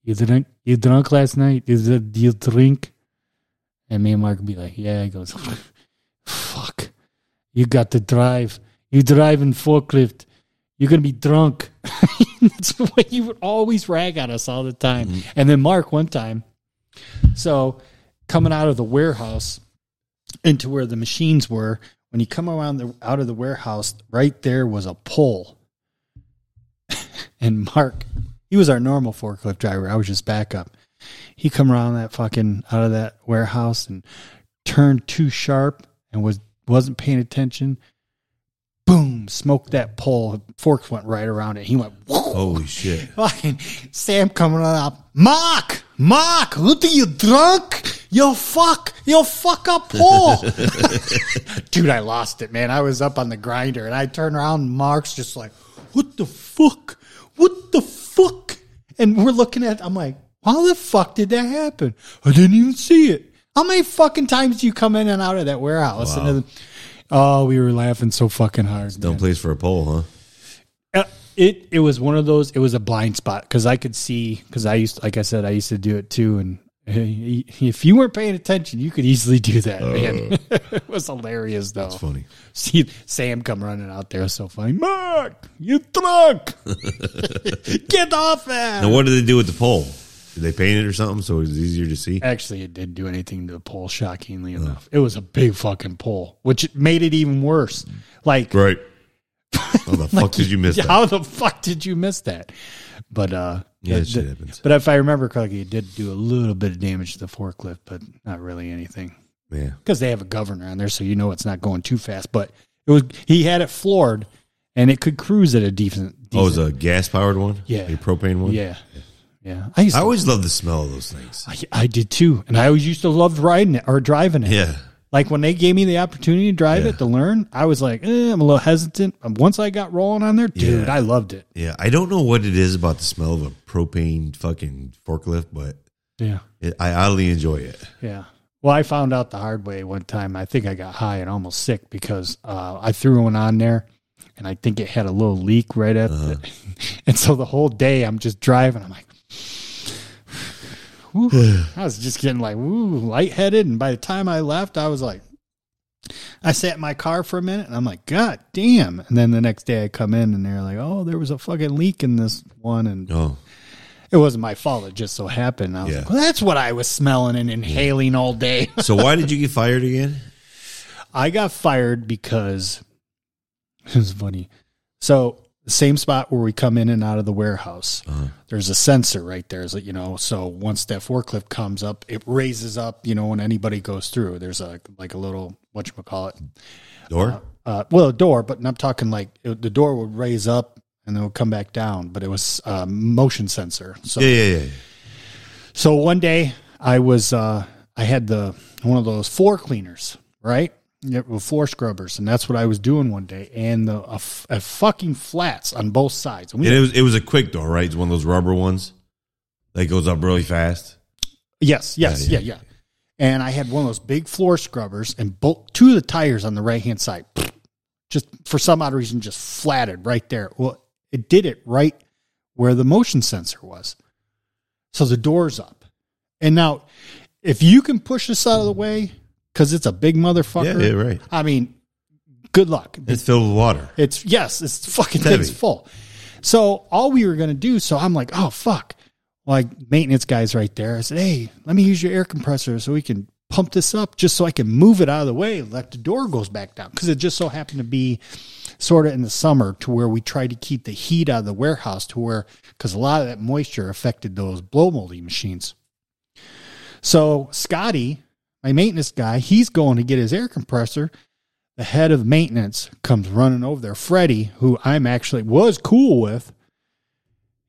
[SPEAKER 2] "You drunk? You drunk last night? Is it? Do you drink?" And me and Mark would be like, "Yeah." He goes, "Fuck, you got to drive. You drive in forklift." You're gonna be drunk. That's what he would always rag on us all the time. And then Mark one time, so coming out of the warehouse into where the machines were, when you come around the out of the warehouse, right there was a pole. and Mark, he was our normal forklift driver. I was just backup. He come around that fucking out of that warehouse and turned too sharp and was wasn't paying attention. Boom! Smoked that pole. Forks went right around it. He went. Whoa.
[SPEAKER 1] Holy shit.
[SPEAKER 2] Fucking Sam coming on up. Mark, Mark, look at you drunk. You fuck, you fuck up Paul. Dude, I lost it, man. I was up on the grinder and I turn around and Mark's just like, what the fuck? What the fuck? And we're looking at, I'm like, how the fuck did that happen? I didn't even see it. How many fucking times do you come in and out of that warehouse? And then, oh, we were laughing so fucking hard. man.
[SPEAKER 1] Dumb place for a pole, huh?
[SPEAKER 2] Uh, it it was one of those. It was a blind spot because I could see because I used like I said I used to do it too. And eh, if you weren't paying attention, you could easily do that. man, it was hilarious though.
[SPEAKER 1] Oh. Funny.
[SPEAKER 2] See Sam come running out there, so funny. Mark, you drunk? Get off that!
[SPEAKER 1] Now, what did they do with the pole? Did they paint it or something so it was easier to see?
[SPEAKER 2] Actually, it didn't do anything to the pole. Shockingly enough, it was a big fucking pole, which made it even worse. Like
[SPEAKER 1] Right. How the fuck did you miss that?
[SPEAKER 2] How the fuck did you miss that? But uh,
[SPEAKER 1] Yeah,
[SPEAKER 2] the-
[SPEAKER 1] shit
[SPEAKER 2] the-
[SPEAKER 1] happens.
[SPEAKER 2] But if I remember correctly, it did do a little bit of damage to the forklift, but not really anything
[SPEAKER 1] Yeah.
[SPEAKER 2] because they have a governor on there, so you know it's not going too fast. But it was he had it floored, and it could cruise at a decent.
[SPEAKER 1] Oh, it was
[SPEAKER 2] decent-
[SPEAKER 1] a gas powered one?
[SPEAKER 2] Yeah.
[SPEAKER 1] A propane one?
[SPEAKER 2] yeah, yeah. I used
[SPEAKER 1] I
[SPEAKER 2] to,
[SPEAKER 1] always love the smell of those things.
[SPEAKER 2] I, I did too, and I always used to love riding it or driving it.
[SPEAKER 1] Yeah.
[SPEAKER 2] Like when they gave me the opportunity to drive
[SPEAKER 1] Yeah.
[SPEAKER 2] it to learn, I was like, eh, I'm a little hesitant. And Once I got rolling on there, dude,
[SPEAKER 1] Yeah.
[SPEAKER 2] I loved it.
[SPEAKER 1] Yeah. I don't know what it is about the smell of a propane fucking forklift, but
[SPEAKER 2] Yeah.
[SPEAKER 1] it, I oddly enjoy it.
[SPEAKER 2] Yeah. Well, I found out the hard way one time. I think I got high and almost sick because uh, I threw one on there, and I think it had a little leak right at. The, and so the whole day I'm just driving. I'm like, whew. I was just getting like ooh lightheaded, and by the time I left, I was like, I sat in my car for a minute, and I'm like, God damn! And then the next day I come in, and they're like, Oh, there was a fucking leak in this one, and
[SPEAKER 1] Oh,
[SPEAKER 2] it wasn't my fault. It just so happened. I was
[SPEAKER 1] Yeah.
[SPEAKER 2] like, well, that's what I was smelling and inhaling all day.
[SPEAKER 1] so why did you get fired again?
[SPEAKER 2] I got fired because it was funny. So the same spot where we come in and out of the warehouse, there's a sensor right there. Is you know, so once that forklift comes up, it raises up. You know, when anybody goes through, there's a like a little what you call it,
[SPEAKER 1] Door?
[SPEAKER 2] uh, well, a door, but I'm talking like it, the door would raise up and then it would come back down. But it was uh, motion sensor. So
[SPEAKER 1] yeah, yeah, yeah.
[SPEAKER 2] so one day I was uh I had the one of those floor cleaners, right? Yeah, with floor scrubbers, and that's what I was doing one day. And the a, f- a fucking flats on both sides. And we,
[SPEAKER 1] And it was it was a quick door, right? It's one of those rubber ones that goes up really fast.
[SPEAKER 2] yes, yes, yeah,
[SPEAKER 1] Yeah,
[SPEAKER 2] yeah, And I had one of those big floor scrubbers, and both two of the tires on the right hand side, just for some odd reason, just flatted right there. Well, it did it right where the motion sensor was. So the door's up. And now, if you can push this out of the way, because it's a big motherfucker.
[SPEAKER 1] Yeah, yeah, right.
[SPEAKER 2] I mean, Good luck.
[SPEAKER 1] It's filled with water.
[SPEAKER 2] It's yes, it's fucking
[SPEAKER 1] Heavy.
[SPEAKER 2] thing's full. So all we were gonna do, so I'm like, oh fuck. Like maintenance guys right there. I said, Hey, let me use your air compressor so we can pump this up just so I can move it out of the way, let the door goes back down. Because it just so happened to be sort of in the summer to where we tried to keep the heat out of the warehouse to where because a lot of that moisture affected those blow molding machines. So Scotty, my maintenance guy, he's going to get his air compressor the head of maintenance comes running over there. Freddie, who I'm actually was cool with,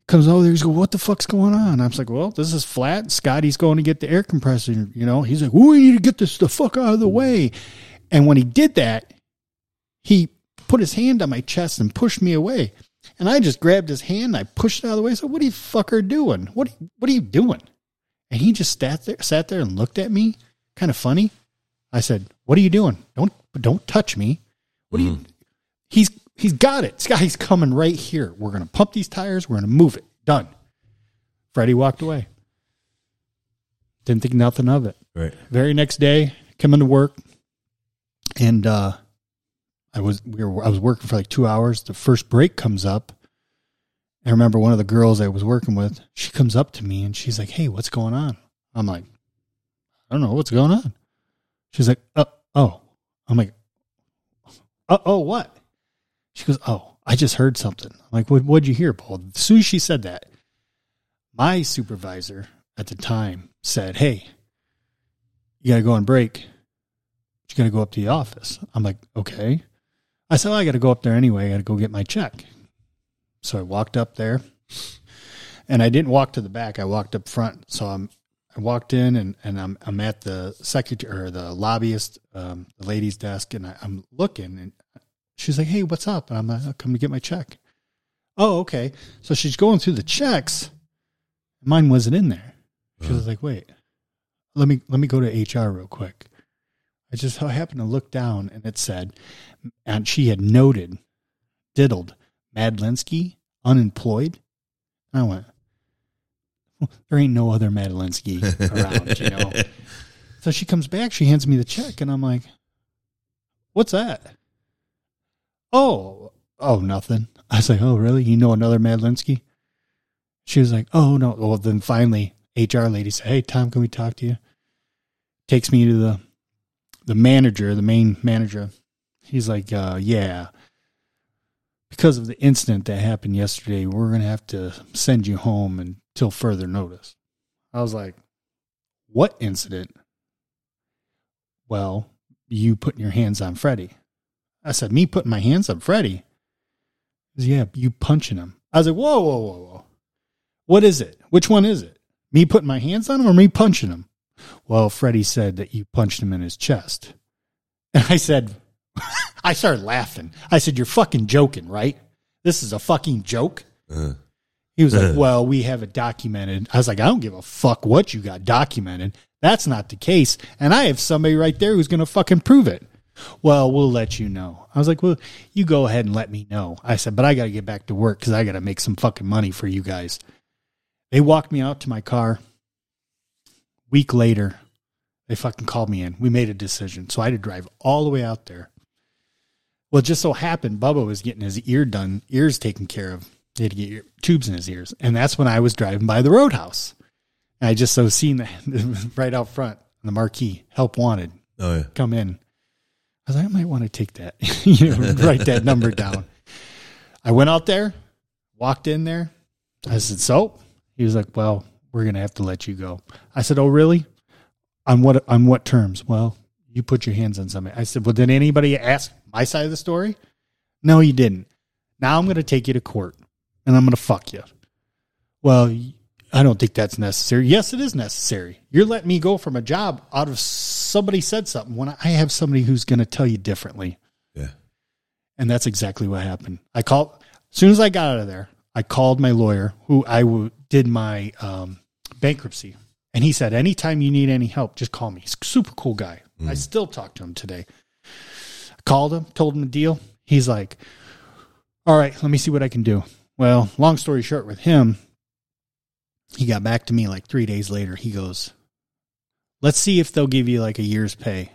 [SPEAKER 2] comes over there. He's going, "What the fuck's going on?" I'm like, "Well, this is flat. Scotty's going to get the air compressor. You know." He's like, "We need to get this the fuck out of the way." And when he did that, he put his hand on my chest and pushed me away. And I just grabbed his hand. And I pushed it out of the way. So what are you fucker doing? What What are you doing? And he just sat there, sat there and looked at me, kind of funny. I said, "What are you doing? Don't don't touch me." What are
[SPEAKER 1] Mm-hmm.
[SPEAKER 2] you? He's he's got it. Scotty's coming right here. We're gonna pump these tires. We're gonna move it. Done. Freddie walked away. Didn't think nothing of it.
[SPEAKER 1] Right.
[SPEAKER 2] Very next day, coming to work, and uh, I was we were I was working for like two hours. The first break comes up. I remember one of the girls I was working with. She comes up to me and she's like, "Hey, what's going on?" I'm like, "I don't know what's going on." She's like, "Oh, oh." I'm like, "Oh, oh, what?" She goes, "Oh, I just heard something." I'm like, "What? What'd you hear, Paul?" As soon as she said that, my supervisor at the time said, "Hey, you got to go on break. You got to go up to the office. I'm like, okay. I said, well, I got to go up there anyway. I got to go get my check. So I walked up there and I didn't walk to the back. I walked up front. So I'm, I walked in and, and I'm, I'm at the secretary or the lobbyist, um, the lady's desk. And I, I'm looking and she's like, Hey, what's up? And I'm like, "I'll come to get my check. Oh, okay. So she's going through the checks. Mine wasn't in there. She was like, wait, let me let me go to HR real quick. I just happened to look down and it said, and she had noted, diddled, Madlinsky unemployed. And I went, well, there ain't no other Madlinsky around, you know. So she comes back, she hands me the check, and I'm like, what's that? Oh, oh, nothing. I was like, oh, really? You know another Madlinsky? She was like, oh, no. Well, then finally, HR lady said, hey, Tom, can we talk to you? Takes me to the the manager, the main manager. He's like, uh, yeah, because of the incident that happened yesterday, we're going to have to send you home until further notice. I was like, what incident? Well, you putting your hands on Freddie. I said, me putting my hands on Freddie? He said, yeah, you punching him. I was like, whoa, whoa, whoa, whoa. What is it? Which one is it? Me putting my hands on him or me punching him? Well, Freddie said that you punched him in his chest. And I said, I started laughing. I said, You're fucking joking, right? This is a fucking joke.
[SPEAKER 1] Uh,
[SPEAKER 2] He was like,
[SPEAKER 1] Uh.
[SPEAKER 2] Well, we have it documented. I was like, I don't give a fuck what you got documented. That's not the case. And I have somebody right there who's going to fucking prove it. Well, we'll let you know. I was like, Well, you go ahead and let me know. I said, But I got to get back to work because I got to make some fucking money for you guys. They walked me out to my car. Week later, they fucking called me in. We made a decision. So I had to drive all the way out there. Well, it just so happened Bubba was getting his ear done, ears taken care of. He had to get ear, tubes in his ears. And that's when I was driving by the roadhouse. And I just so seen that right out front on the marquee, help wanted,
[SPEAKER 1] oh yeah.
[SPEAKER 2] come in. I was like, I might want to take that, you know, write that number down. I went out there, walked in there. I said, so? He was like, well, we're going to have to let you go. I said, oh, really? On what, on what terms? Well, you put your hands on somebody. I said, well, did anybody ask my side of the story? No, you didn't. Now I'm going to take you to court and I'm going to fuck you. Well, y- I don't think that's necessary. Yes, it is necessary. You're letting me go from a job out of somebody said something when I have somebody who's going to tell you differently.
[SPEAKER 1] Yeah.
[SPEAKER 2] And that's exactly what happened. I called as soon as I got out of there. I called my lawyer, who I w- did my um, bankruptcy, and he said, "Anytime you need any help, just call me." He's a super cool guy. I still talk to him today. I called him, told him the deal. He's like, "All right, let me see what I can do." Well, long story short, with him, he got back to me like three days later. He goes, "Let's see if they'll give you like a year's pay."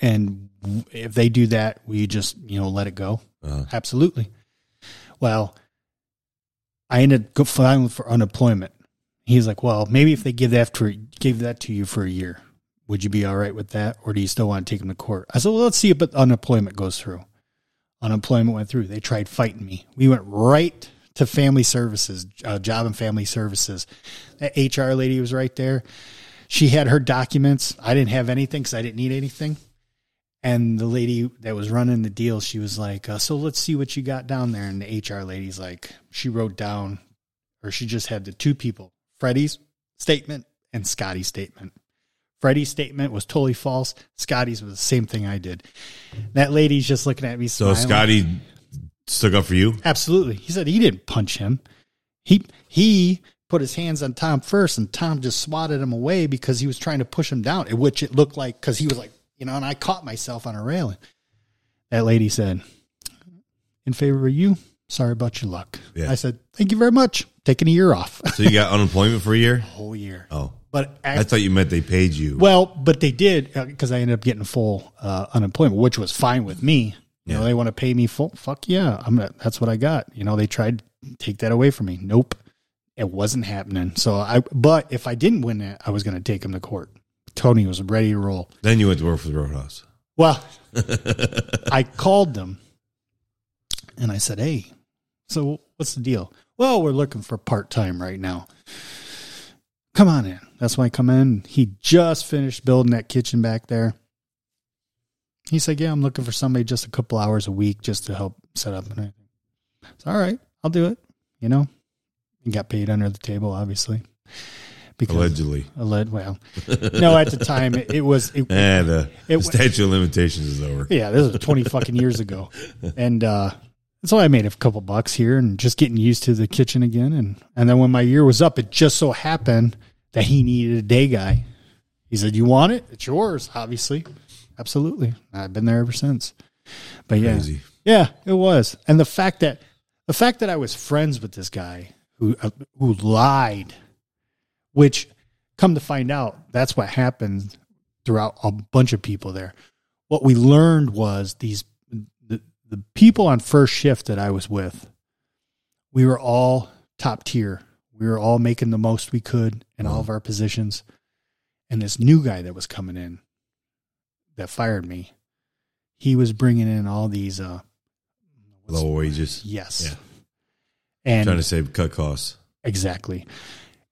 [SPEAKER 2] And w- if they do that, will you just, you know, let it go?
[SPEAKER 1] Uh,
[SPEAKER 2] Absolutely. Well, I ended up go- filing for unemployment. He's like, well, maybe if they give that for give that to you for a year, would you be all right with that, or do you still want to take them to court? I said, well, let's see if the unemployment goes through. Unemployment went through. They tried fighting me. We went right to family services, uh, job and family services. That HR lady was right there. She had her documents. I didn't have anything because I didn't need anything and the lady that was running the deal she was like uh, so let's see what you got down there and the hr lady's like she wrote down or she just had the two people freddie's statement and scotty's statement freddie's statement was totally false scotty's was the same thing i did that lady's just looking at me
[SPEAKER 1] so
[SPEAKER 2] smiling.
[SPEAKER 1] Scotty stuck up for you.
[SPEAKER 2] Absolutely. He said he didn't punch him. He he put his hands on Tom first, and Tom just swatted him away because he was trying to push him down, which it looked like because he was like, you know, and I caught myself on a railing. That lady said, "In favor of you. Sorry about your luck."
[SPEAKER 1] Yeah.
[SPEAKER 2] I said, "Thank you very much. Taking a year off,
[SPEAKER 1] So you got unemployment for a year.
[SPEAKER 2] whole year."
[SPEAKER 1] Oh,
[SPEAKER 2] But
[SPEAKER 1] I thought you meant they paid you.
[SPEAKER 2] well, but they did because I ended up getting full uh, unemployment, which was fine with me. You know,
[SPEAKER 1] Yeah.
[SPEAKER 2] they want to pay me full. Fuck yeah, I'm. Not, that's what I got. You know, they tried to take that away from me. Nope, it wasn't happening. So I, but if I didn't win that, I was going to take him to court. Tony was ready to roll.
[SPEAKER 1] Then you went to work for the Roadhouse.
[SPEAKER 2] Well, I called them and I said, Hey, so what's the deal? Well, we're looking for part time right now. Come on in. That's why I come in. He just finished building that kitchen back there. He said, Yeah, I'm looking for somebody just a couple hours a week just to help set up and everything. It's all right. I'll do it. You know, he got paid under the table, obviously. Because,
[SPEAKER 1] Allegedly.
[SPEAKER 2] alleged. Well, no, at the time, it, it was. It,
[SPEAKER 1] Eh, the,
[SPEAKER 2] It
[SPEAKER 1] the
[SPEAKER 2] w-
[SPEAKER 1] statute of limitations is over.
[SPEAKER 2] yeah, this was 20 fucking years ago. And uh so I made a couple bucks here and just getting used to the kitchen again and and then when my year was up, it just so happened that he needed a day guy. He said, "You want it? It's yours, obviously." Absolutely. I've been there ever since. But yeah.
[SPEAKER 1] Crazy.
[SPEAKER 2] Yeah, it was. And the fact that the fact that I was friends with this guy who uh, who lied, which come to find out, that's what happened throughout a bunch of people there. What we learned was these the, the people on first shift that I was with, we were all top tier. We were all making the most we could in all of our positions. And this new guy that was coming in that fired me, he was bringing in all these uh
[SPEAKER 1] Low wages.
[SPEAKER 2] Yes.
[SPEAKER 1] Yeah.
[SPEAKER 2] And
[SPEAKER 1] Trying to save cut costs.
[SPEAKER 2] exactly.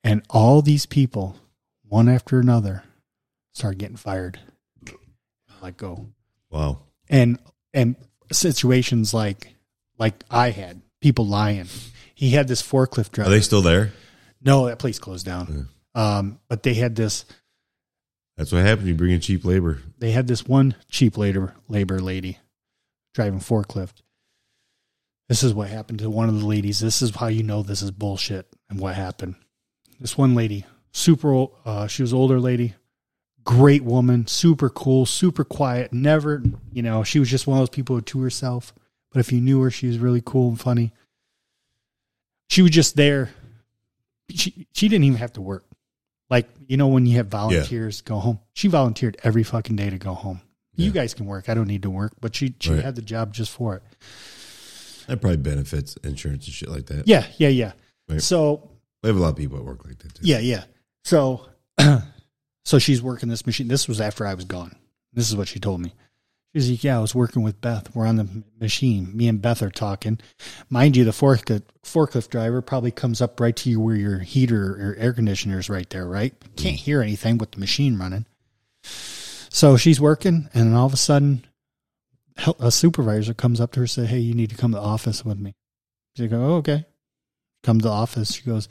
[SPEAKER 2] And all these people, one after another, started getting fired, let go.
[SPEAKER 1] Wow.
[SPEAKER 2] And and situations like like I had people lying. He had this forklift
[SPEAKER 1] Are
[SPEAKER 2] driver.
[SPEAKER 1] they still there?
[SPEAKER 2] no, that place closed down. Um, but they had this
[SPEAKER 1] That's what happened. You bring in cheap labor.
[SPEAKER 2] they had this one cheap labor labor lady driving forklift. This is what happened to one of the ladies. This is how you know this is bullshit and what happened. This one lady, super old, uh, she was older lady, great woman, super cool, super quiet. Never, you know, she was just one of those people to herself. But if you knew her, she was really cool and funny. She was just there. She she didn't even have to work. Like you know when you have volunteers go home. She volunteered every fucking day to go home. You
[SPEAKER 1] Yeah.
[SPEAKER 2] guys can work. I don't need to work, but she she
[SPEAKER 1] Right.
[SPEAKER 2] had the job just for it.
[SPEAKER 1] That probably benefits insurance and shit like that.
[SPEAKER 2] Yeah, yeah, yeah.
[SPEAKER 1] Right.
[SPEAKER 2] So
[SPEAKER 1] We have a lot of people that work like that too.
[SPEAKER 2] yeah, yeah. So so she's working this machine. This was after I was gone. This is what she told me. She's like, "Yeah, I was working with Beth. We're on the m- machine. Me and Beth are talking. Mind you, the forklift forklift driver probably comes up right to you where your heater or air conditioner is right there. Right? Can't hear anything with the machine running. So she's working, and then all of a sudden, hel- a supervisor comes up to her and says, "Hey, you need to come to the office with me." She goes, "Oh, okay." Come to the office. She goes,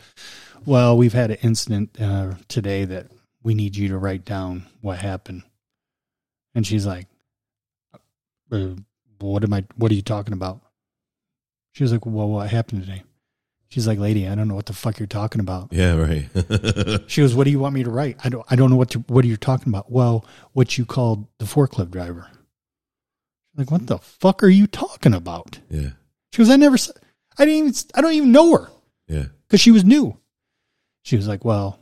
[SPEAKER 2] well, we've had an incident uh, today that we need you to write down what happened. And she's like, uh, "What am I? What are you talking about?" She was like, "Well, what happened today?" She's like, "Lady, I don't know what the fuck you're talking about."
[SPEAKER 1] Yeah, right.
[SPEAKER 2] She goes, "What do you want me to write? I don't. I don't know what to, what are you talking about." Well, what you called the forklift driver. Like, what the fuck are you talking about?
[SPEAKER 1] yeah.
[SPEAKER 2] She goes, "I never. s- I didn't even. s- I don't even know her."
[SPEAKER 1] Yeah.
[SPEAKER 2] because she was new. She was like, "Well,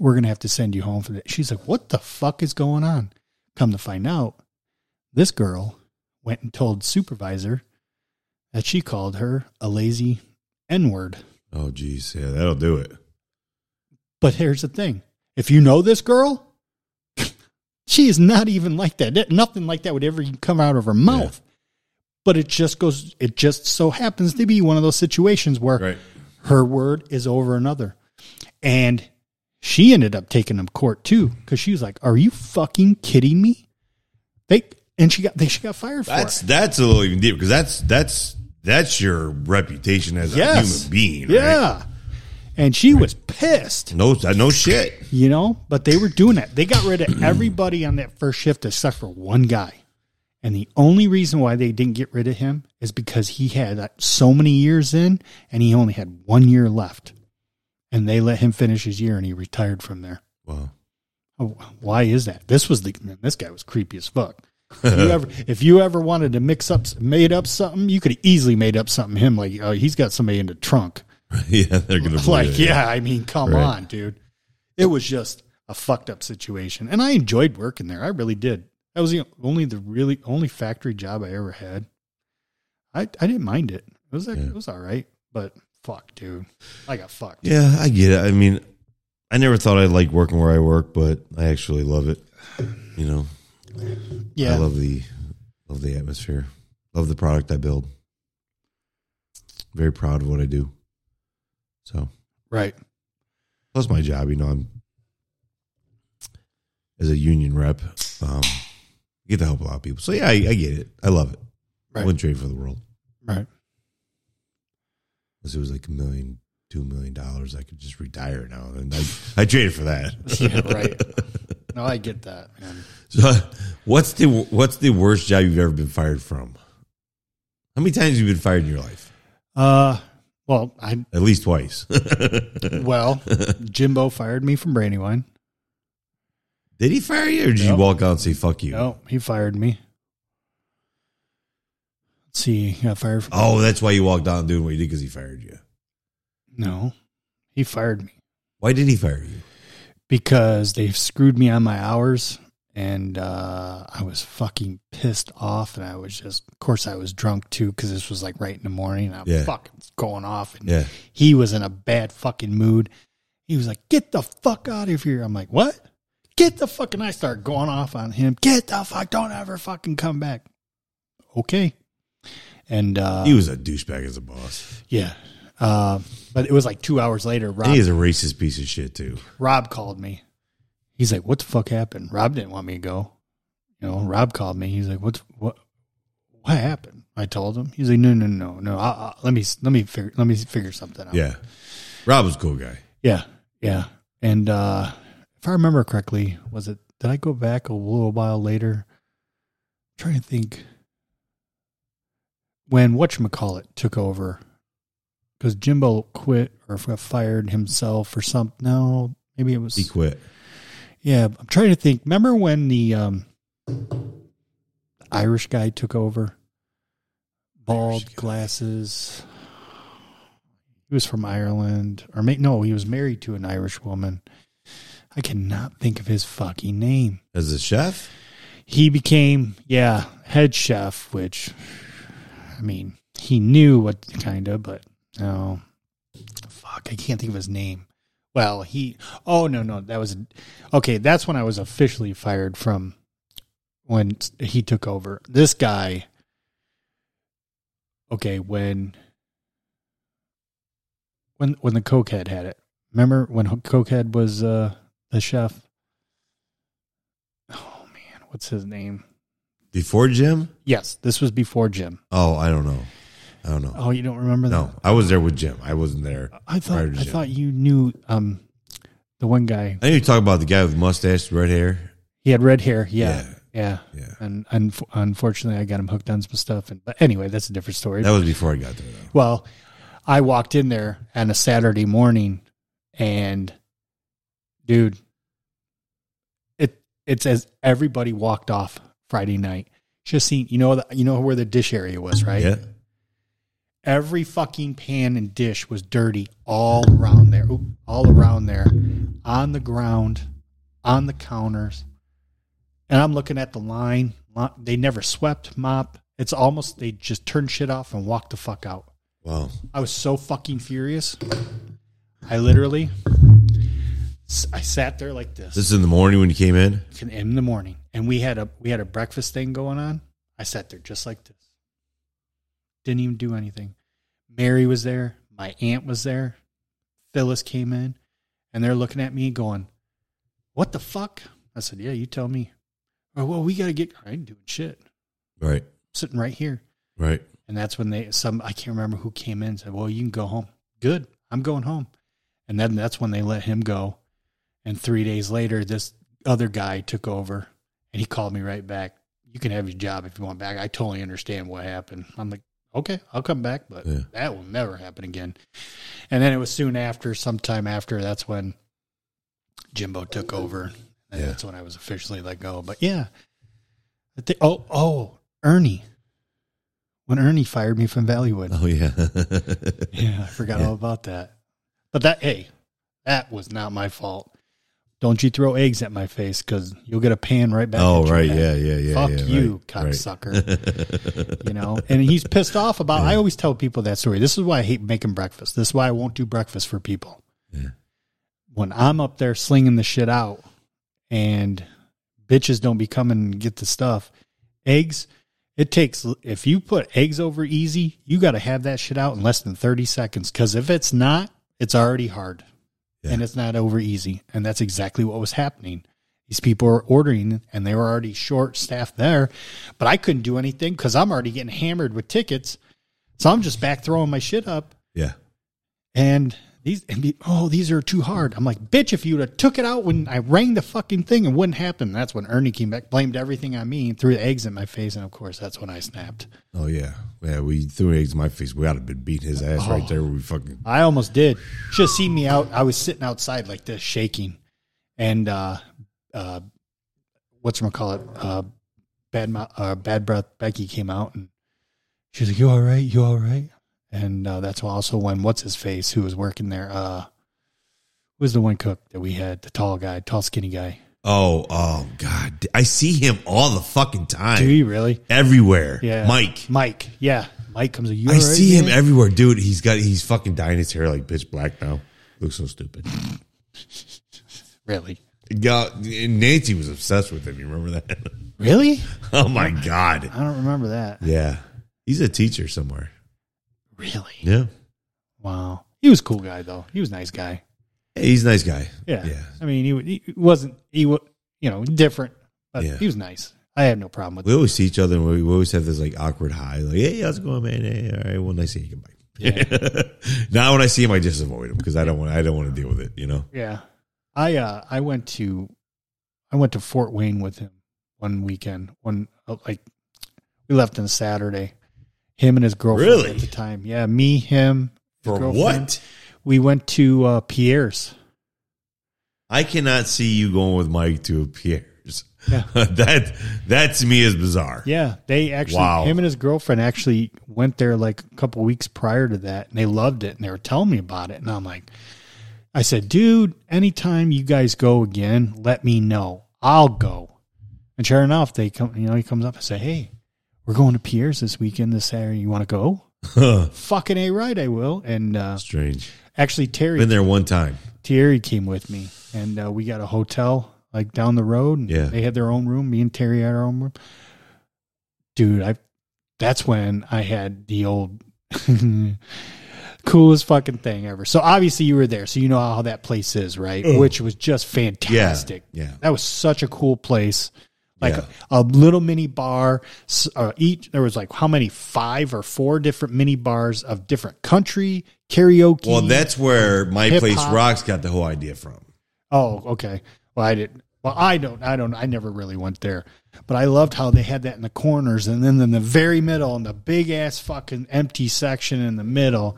[SPEAKER 2] we're gonna have to send you home for that." She's like, "What the fuck is going on?" Come to find out, This girl went and told supervisor that she called her a lazy N word.
[SPEAKER 1] Oh, geez. Yeah, that'll do it.
[SPEAKER 2] But here's the thing if you know this girl, she is not even like that. That- Nothing like that would ever even come out of her mouth. But it just goes, it just so happens to be one of those situations where
[SPEAKER 1] Right.
[SPEAKER 2] her word is over another. And she ended up taking him to court too because she was like, Are you fucking kidding me? They, and she got, they, she got fired for
[SPEAKER 1] That's
[SPEAKER 2] it.
[SPEAKER 1] that's a little even deeper because that's that's that's your reputation as
[SPEAKER 2] Yes.
[SPEAKER 1] a human being. Right?
[SPEAKER 2] Yeah. And she was pissed.
[SPEAKER 1] No, no shit.
[SPEAKER 2] you know but they were doing that they got rid of everybody on that first shift except for one guy and the only reason why they didn't get rid of him is because he had uh, so many years in and he only had one year left and they let him finish his year and he retired from there
[SPEAKER 1] Wow.
[SPEAKER 2] oh, why is that this was the man, this guy was creepy as fuck if you ever, if you ever wanted to mix up made up something you could have easily made up something him like oh he's got somebody in the trunk
[SPEAKER 1] yeah, they're gonna believe
[SPEAKER 2] like
[SPEAKER 1] it.
[SPEAKER 2] yeah i mean come
[SPEAKER 1] Right.
[SPEAKER 2] on dude it was just a fucked up situation and i enjoyed working there i really did that was the only the really only factory job i ever had i i didn't mind it it was like,
[SPEAKER 1] Yeah.
[SPEAKER 2] it was all right but fuck dude i got fucked
[SPEAKER 1] Yeah, I get it. I mean, I never thought I'd like working where I work, but I actually love it. You know,
[SPEAKER 2] yeah
[SPEAKER 1] I love the love the atmosphere, love the product I build. Very proud of what I do. So
[SPEAKER 2] right
[SPEAKER 1] plus my job, you know, I'm as a union rep, um, get to help a lot of people. So yeah, I, I get it. I love it. I
[SPEAKER 2] Right.
[SPEAKER 1] wouldn't trade it for the world.
[SPEAKER 2] right
[SPEAKER 1] Unless it was like a million, two million dollars, I could just retire now. And I, I traded for that.
[SPEAKER 2] yeah right no i get that man.
[SPEAKER 1] So, what's the what's the worst job you've ever been fired from? How many times have you been fired in your life?
[SPEAKER 2] uh well i
[SPEAKER 1] At least twice.
[SPEAKER 2] well jimbo fired me from brandywine
[SPEAKER 1] did he fire you, or did you
[SPEAKER 2] No.
[SPEAKER 1] walk out and say "fuck you"?
[SPEAKER 2] no Oh, he fired me let's see he got fired from
[SPEAKER 1] Oh, that's why you walked out and doing what you did because he fired you.
[SPEAKER 2] No, he fired me
[SPEAKER 1] Why did he fire you?
[SPEAKER 2] because they screwed me on my hours, and uh, I was fucking pissed off. And I was just, of course, I was drunk too because this was like right in the morning. And I'm
[SPEAKER 1] Yeah.
[SPEAKER 2] fucking going off, and
[SPEAKER 1] Yeah,
[SPEAKER 2] he was in a bad fucking mood. He was like, "Get the fuck out of here!" I'm like, "What?" Get the fuck, and I start going off on him. Get the fuck! Don't ever fucking come back. Okay. And uh,
[SPEAKER 1] he was a douchebag as a boss.
[SPEAKER 2] yeah, uh, but it was like two hours later. Rob
[SPEAKER 1] And he is a racist piece of shit too.
[SPEAKER 2] Rob called me. He's like, "What the fuck happened?" Rob didn't want me to go. You know, Rob called me. He's like, "What's what? What happened?" I told him. He's like, "No, no, no, no. I, I, let me let me figure let me figure something out."
[SPEAKER 1] Yeah, Rob was a cool guy.
[SPEAKER 2] yeah, yeah. And uh, if I remember correctly, was it? Did I go back a little while later? I'm trying to think when whatchamacallit took over because Jimbo quit or got fired himself or something. No, maybe it was
[SPEAKER 1] He quit.
[SPEAKER 2] yeah, I'm trying to think. Remember when the um, Irish guy took over? Bald glasses. He was from Ireland, or ma- no, he was married to an Irish woman. I cannot think of his fucking name.
[SPEAKER 1] As a chef,
[SPEAKER 2] He became, yeah, head chef, which, I mean, he knew what kind of, but no, fuck, I can't think of his name. Well, he, oh no, no, that was okay. That's when I was officially fired from when he took over. This guy, okay, when when when the cokehead had it. Remember when cokehead was uh, the chef? Oh man, what's his name?
[SPEAKER 1] before Jim.
[SPEAKER 2] Yes, this was before Jim.
[SPEAKER 1] Oh, I don't know. I don't know.
[SPEAKER 2] Oh, you don't remember that?
[SPEAKER 1] No, I was there with Jim. I wasn't there.
[SPEAKER 2] I thought
[SPEAKER 1] prior to
[SPEAKER 2] I
[SPEAKER 1] Jim.
[SPEAKER 2] thought you knew um the one guy.
[SPEAKER 1] I know you talk about the guy with the mustache, red hair.
[SPEAKER 2] He had red hair. Yeah. Yeah.
[SPEAKER 1] Yeah.
[SPEAKER 2] And unf unfortunately I got him hooked on some stuff and but anyway, that's a different story.
[SPEAKER 1] That was before I got there, though.
[SPEAKER 2] Well, I walked in there on a Saturday morning, and dude, it it says everybody walked off Friday night. Just seen, you know, the, you know where the dish area was, right?
[SPEAKER 1] Yeah.
[SPEAKER 2] Every fucking pan and dish was dirty all around there, Oop, all around there, on the ground, on the counters, and I'm looking at the line, Mo- They never swept, mop. It's almost they just turned shit off and walked the fuck out.
[SPEAKER 1] Wow.
[SPEAKER 2] I was so fucking furious. I literally, s- I sat there like this
[SPEAKER 1] This is in the morning when you came in.
[SPEAKER 2] in the morning, and we had a we had a breakfast thing going on. I sat there just like this. Didn't even do anything. Mary was there. My aunt was there. Phyllis came in, and they're looking at me going, "What the fuck?" I said, "Yeah, you tell me." Oh, well, we got to get. I ain't doing shit. I'm
[SPEAKER 1] Right.
[SPEAKER 2] sitting right here.
[SPEAKER 1] Right.
[SPEAKER 2] And that's when they some I can't remember who came in and said, "Well, you can go home." Good, I'm going home. And then that's when they let him go. And three days later, this other guy took over, and he called me right back. You can have your job if you want back. I totally understand what happened. I'm like, okay, I'll come back, but
[SPEAKER 1] Yeah.
[SPEAKER 2] that will never happen again. And then it was soon after, sometime after, that's when Jimbo took over. And
[SPEAKER 1] Yeah.
[SPEAKER 2] that's when I was officially let go. But yeah, I thi- oh, oh, Ernie. When Ernie fired me from Valleywood.
[SPEAKER 1] Oh yeah.
[SPEAKER 2] Yeah, I forgot all about that. But that, hey, that was not my fault. Don't you throw eggs at my face because you'll get a pan right back.
[SPEAKER 1] oh
[SPEAKER 2] at your
[SPEAKER 1] right.
[SPEAKER 2] head.
[SPEAKER 1] Yeah. Yeah. Yeah.
[SPEAKER 2] Fuck
[SPEAKER 1] yeah,
[SPEAKER 2] you,
[SPEAKER 1] right, right.
[SPEAKER 2] cocksucker. you know, and he's pissed off about. I always tell people that story. This is why I hate making breakfast. This is why I won't do breakfast for people.
[SPEAKER 1] Yeah.
[SPEAKER 2] When I'm up there slinging the shit out, and bitches don't be coming and get the stuff. Eggs, it takes. If you put eggs over easy, you got to have that shit out in less than thirty seconds. Because if it's not, it's already hard,
[SPEAKER 1] Yeah.
[SPEAKER 2] and it's not over easy. And that's exactly what was happening. These people were ordering, and they were already short staffed there, but I couldn't do anything because I'm already getting hammered with tickets. So I'm just back throwing my shit up,
[SPEAKER 1] Yeah.
[SPEAKER 2] and these and be, oh these are too hard. I'm like bitch. If you'd have took it out when I rang the fucking thing, it wouldn't happen. That's when Ernie came back, blamed everything on me, and threw the eggs in my face, and of course that's when I snapped.
[SPEAKER 1] Oh yeah. Yeah. We threw eggs in my face. We ought to have been beating his ass right
[SPEAKER 2] Oh.
[SPEAKER 1] there. Where we fucking.
[SPEAKER 2] I almost did. Should have seen me out. I was sitting outside like this, shaking, and uh, uh, what's call it? Uh, bad mouth, uh, bad breath. Becky came out and she's like, "You all right? You all right?" And uh, that's also when what's his face who was working there. Uh, who was the one cook that we had? The tall guy, tall skinny guy.
[SPEAKER 1] Oh. Oh God. I see him all the fucking time.
[SPEAKER 2] Do you really?
[SPEAKER 1] Everywhere.
[SPEAKER 2] Yeah,
[SPEAKER 1] Mike.
[SPEAKER 2] Mike. Yeah, Mike comes. You
[SPEAKER 1] I
[SPEAKER 2] all right,
[SPEAKER 1] see him
[SPEAKER 2] man?"
[SPEAKER 1] everywhere, dude. He's got he's fucking dyeing his hair like pitch black now. Looks so stupid.
[SPEAKER 2] Really,
[SPEAKER 1] Yeah, and Nancy was obsessed with him. You remember that?
[SPEAKER 2] really?
[SPEAKER 1] oh my god.
[SPEAKER 2] I don't remember that.
[SPEAKER 1] Yeah, he's a teacher somewhere.
[SPEAKER 2] Really?
[SPEAKER 1] Yeah,
[SPEAKER 2] Wow. He was a cool guy though. He was a nice guy.
[SPEAKER 1] hey, he's a nice guy.
[SPEAKER 2] Yeah.
[SPEAKER 1] yeah.
[SPEAKER 2] I mean, he, wa- he wasn't, he was, you know, different, but
[SPEAKER 1] Yeah.
[SPEAKER 2] he was nice. I had no problem with
[SPEAKER 1] We always see each other, and we we always have this like awkward high. Like, hey, how's it going, man? Hey, all right. Well, nice seeing you. Goodbye.
[SPEAKER 2] it. Yeah.
[SPEAKER 1] now when I see him, I just avoid him because I don't want I don't want to deal with it. You know?
[SPEAKER 2] yeah. I, uh, I went to, I went to Fort Wayne with him one weekend. One, uh, like, we left on Saturday. Him and his girlfriend
[SPEAKER 1] Really?
[SPEAKER 2] at the time. Yeah. Me, him. his
[SPEAKER 1] For
[SPEAKER 2] girlfriend.
[SPEAKER 1] what?
[SPEAKER 2] We went to uh, Pierre's.
[SPEAKER 1] I cannot see you going with Mike to Pierre's.
[SPEAKER 2] Yeah.
[SPEAKER 1] that that to me is bizarre.
[SPEAKER 2] Yeah, they actually
[SPEAKER 1] Wow.
[SPEAKER 2] him and his girlfriend actually went there like a couple weeks prior to that, and they loved it, and they were telling me about it, and I'm like, I said, dude, anytime you guys go again, let me know. I'll go. And sure enough, they come. You know, he comes up and say, hey, we're going to Pierre's this weekend, this Saturday. You want to go? Fucking a right, I will. And uh,
[SPEAKER 1] Strange.
[SPEAKER 2] actually, Terry
[SPEAKER 1] Been there one time.
[SPEAKER 2] Terry came with me, and uh, we got a hotel like down the road. And
[SPEAKER 1] Yeah.
[SPEAKER 2] they had their own room. Me and Terry had our own room. Dude, I that's when I had the old coolest fucking thing ever. So obviously you were there, so you know how that place is, right? Which was just fantastic.
[SPEAKER 1] Mm. yeah.
[SPEAKER 2] that was such a cool place. Like
[SPEAKER 1] Yeah.
[SPEAKER 2] a, a little mini bar. s- Uh, each there was like how many five or four different mini bars of different country karaoke.
[SPEAKER 1] Well, that's where my
[SPEAKER 2] Hip
[SPEAKER 1] place
[SPEAKER 2] hop.
[SPEAKER 1] rocks got the whole idea from.
[SPEAKER 2] Oh, okay. Well, I didn't. Well, I don't. I don't. I never really went there, but I loved how they had that in the corners, and then in the very middle, and the big ass fucking empty section in the middle.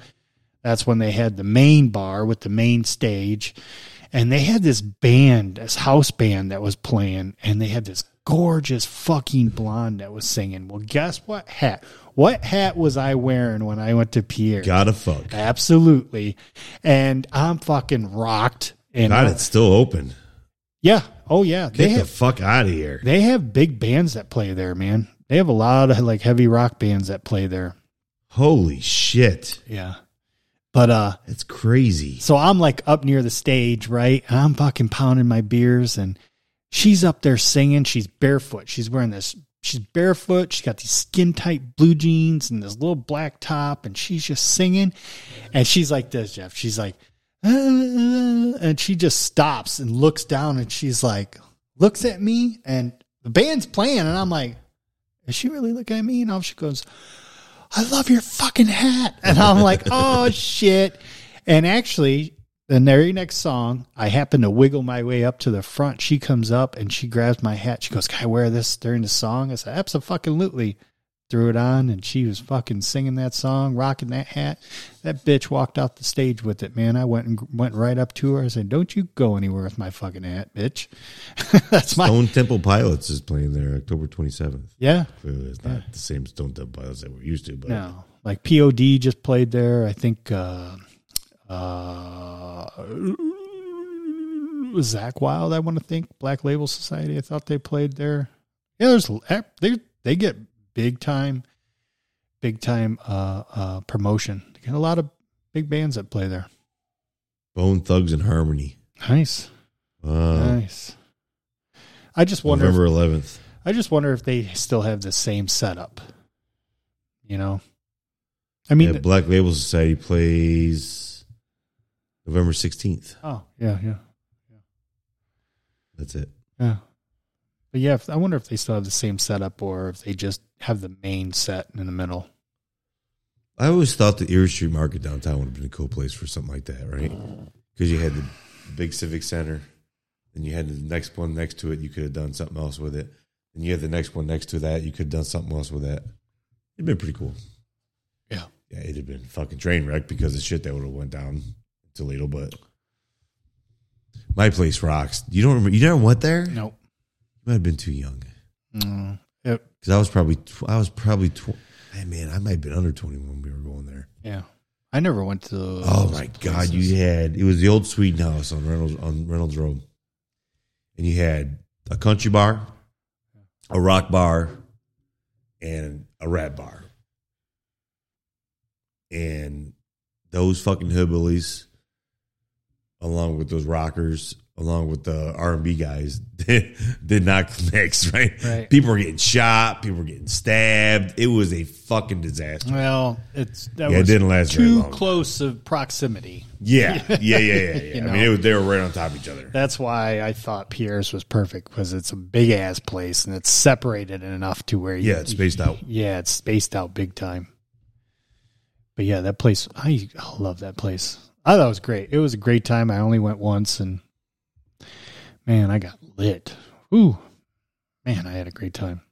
[SPEAKER 2] That's when they had the main bar with the main stage, and they had this band, this house band that was playing, and they had this gorgeous fucking blonde that was singing. Well, guess what hat? What hat was I wearing when I went to Pierre?
[SPEAKER 1] Gotta fuck.
[SPEAKER 2] Absolutely, and I'm fucking rocked. And
[SPEAKER 1] God, it's still open.
[SPEAKER 2] Yeah. Oh yeah.
[SPEAKER 1] Get
[SPEAKER 2] They
[SPEAKER 1] the
[SPEAKER 2] have
[SPEAKER 1] fuck out of here.
[SPEAKER 2] they have big bands that play there, man. They have a lot of like heavy rock bands that play there.
[SPEAKER 1] Holy shit.
[SPEAKER 2] Yeah. But uh
[SPEAKER 1] That's crazy.
[SPEAKER 2] So I'm like up near the stage, right? And I'm fucking pounding my beers and she's up there singing. She's barefoot. She's wearing this, she's barefoot. She's got these skin tight blue jeans and this little black top and she's just singing. And she's like this, Jeff. She's like, "Uh, uh, uh," and she just stops and looks down and she's like, looks at me and the band's playing. And I'm like, is she really looking at me? And off she goes, I love your fucking hat. And I'm like, oh shit. And actually, the very next song, I happen to wiggle my way up to the front. She comes up and she grabs my hat. She goes, Can I wear this during the song? I said, Absolutely. Threw it on and she was fucking singing that song, rocking that hat. That bitch walked off the stage with it, man. I went and went right up to her. I said, Don't you go anywhere with my fucking hat, bitch. That's my
[SPEAKER 1] Stone Temple Pilots is playing there October 27th.
[SPEAKER 2] Yeah.
[SPEAKER 1] Clearly, it's not the same Stone Temple Pilots that we're used to, but
[SPEAKER 2] No, like POD just played there. I think uh, uh, Zach Wild. I want to think Black Label Society. I thought they played there. Yeah, there's eh, they they get big time, big time uh, uh, promotion. They get a lot of big bands that play there.
[SPEAKER 1] Bone Thugs and Harmony.
[SPEAKER 2] Nice,
[SPEAKER 1] Wow.
[SPEAKER 2] nice. I just wonder. if-
[SPEAKER 1] Uh, November 11th.
[SPEAKER 2] I just wonder if they still have the same setup. You know, I mean,
[SPEAKER 1] yeah, Black Label Society plays November 16th.
[SPEAKER 2] oh yeah, yeah.
[SPEAKER 1] That's it.
[SPEAKER 2] Yeah. But yeah, if, I wonder if they still have the same setup or if they just have the main set in the middle.
[SPEAKER 1] I always thought the Erie Street Market downtown would have been a cool place for something like that, right? Because you had the big civic center, then you had the next one next to it. You could have done something else with it. Then you had the next one next to that. You could have done something else with that. It'd been pretty cool.
[SPEAKER 2] Yeah.
[SPEAKER 1] Yeah, it'd have been a fucking train wreck because of shit that would have went down in Toledo. But my place rocks. You don't remember? You never went there? You
[SPEAKER 2] Nope.
[SPEAKER 1] might have been too young
[SPEAKER 2] Mm. It,
[SPEAKER 1] because I was probably tw- I was probably tw- hey, man I might have been under twenty when we were going there.
[SPEAKER 2] yeah. I never went to. those
[SPEAKER 1] Oh my god,
[SPEAKER 2] places.
[SPEAKER 1] you had it was the old Sweden house on Reynolds on Reynolds Road. And you had a country bar, a rock bar, and a rap bar. And those fucking hillbillies, along with those rockers, along with the R and B guys, did not mix, right?
[SPEAKER 2] Right.
[SPEAKER 1] People were getting shot, people were getting stabbed. It was a fucking disaster.
[SPEAKER 2] Well, it's that
[SPEAKER 1] Yeah, it
[SPEAKER 2] was
[SPEAKER 1] didn't last very
[SPEAKER 2] too
[SPEAKER 1] long.
[SPEAKER 2] close of proximity.
[SPEAKER 1] Yeah, yeah, yeah, yeah. yeah.
[SPEAKER 2] You
[SPEAKER 1] I
[SPEAKER 2] know?
[SPEAKER 1] mean, it was, they were right on top of each other.
[SPEAKER 2] That's why I thought Pierre's was perfect because it's a big ass place and it's separated enough to where you,
[SPEAKER 1] Yeah, it's spaced out.
[SPEAKER 2] yeah, it's spaced out big time. But yeah, that place, I love that place. I thought it was great. It was a great time. I only went once and man, I got lit. Ooh, man, I had a great time.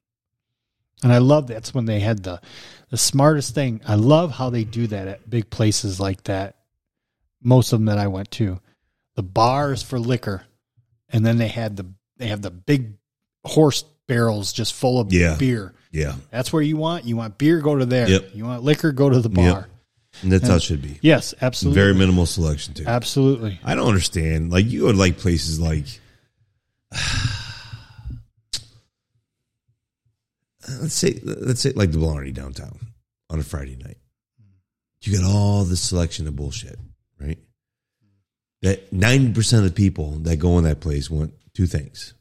[SPEAKER 2] And I love that's when they had the the smartest thing. I love how they do that at big places like that. Most of them that I went to, the bars for liquor, and then they had the they have the big horse barrels just full of
[SPEAKER 1] Yeah.
[SPEAKER 2] beer.
[SPEAKER 1] Yeah,
[SPEAKER 2] That's where you want. You want beer, go to there.
[SPEAKER 1] Yep.
[SPEAKER 2] You want liquor, go to the bar.
[SPEAKER 1] and that's how it should be.
[SPEAKER 2] Yes, absolutely.
[SPEAKER 1] Very minimal selection too.
[SPEAKER 2] Absolutely.
[SPEAKER 1] I don't understand. Like you go to like places like. Let's say let's say like the Blarney downtown on a Friday night. You got all the selection of bullshit, right? That ninety percent of the people that go in that place want two things: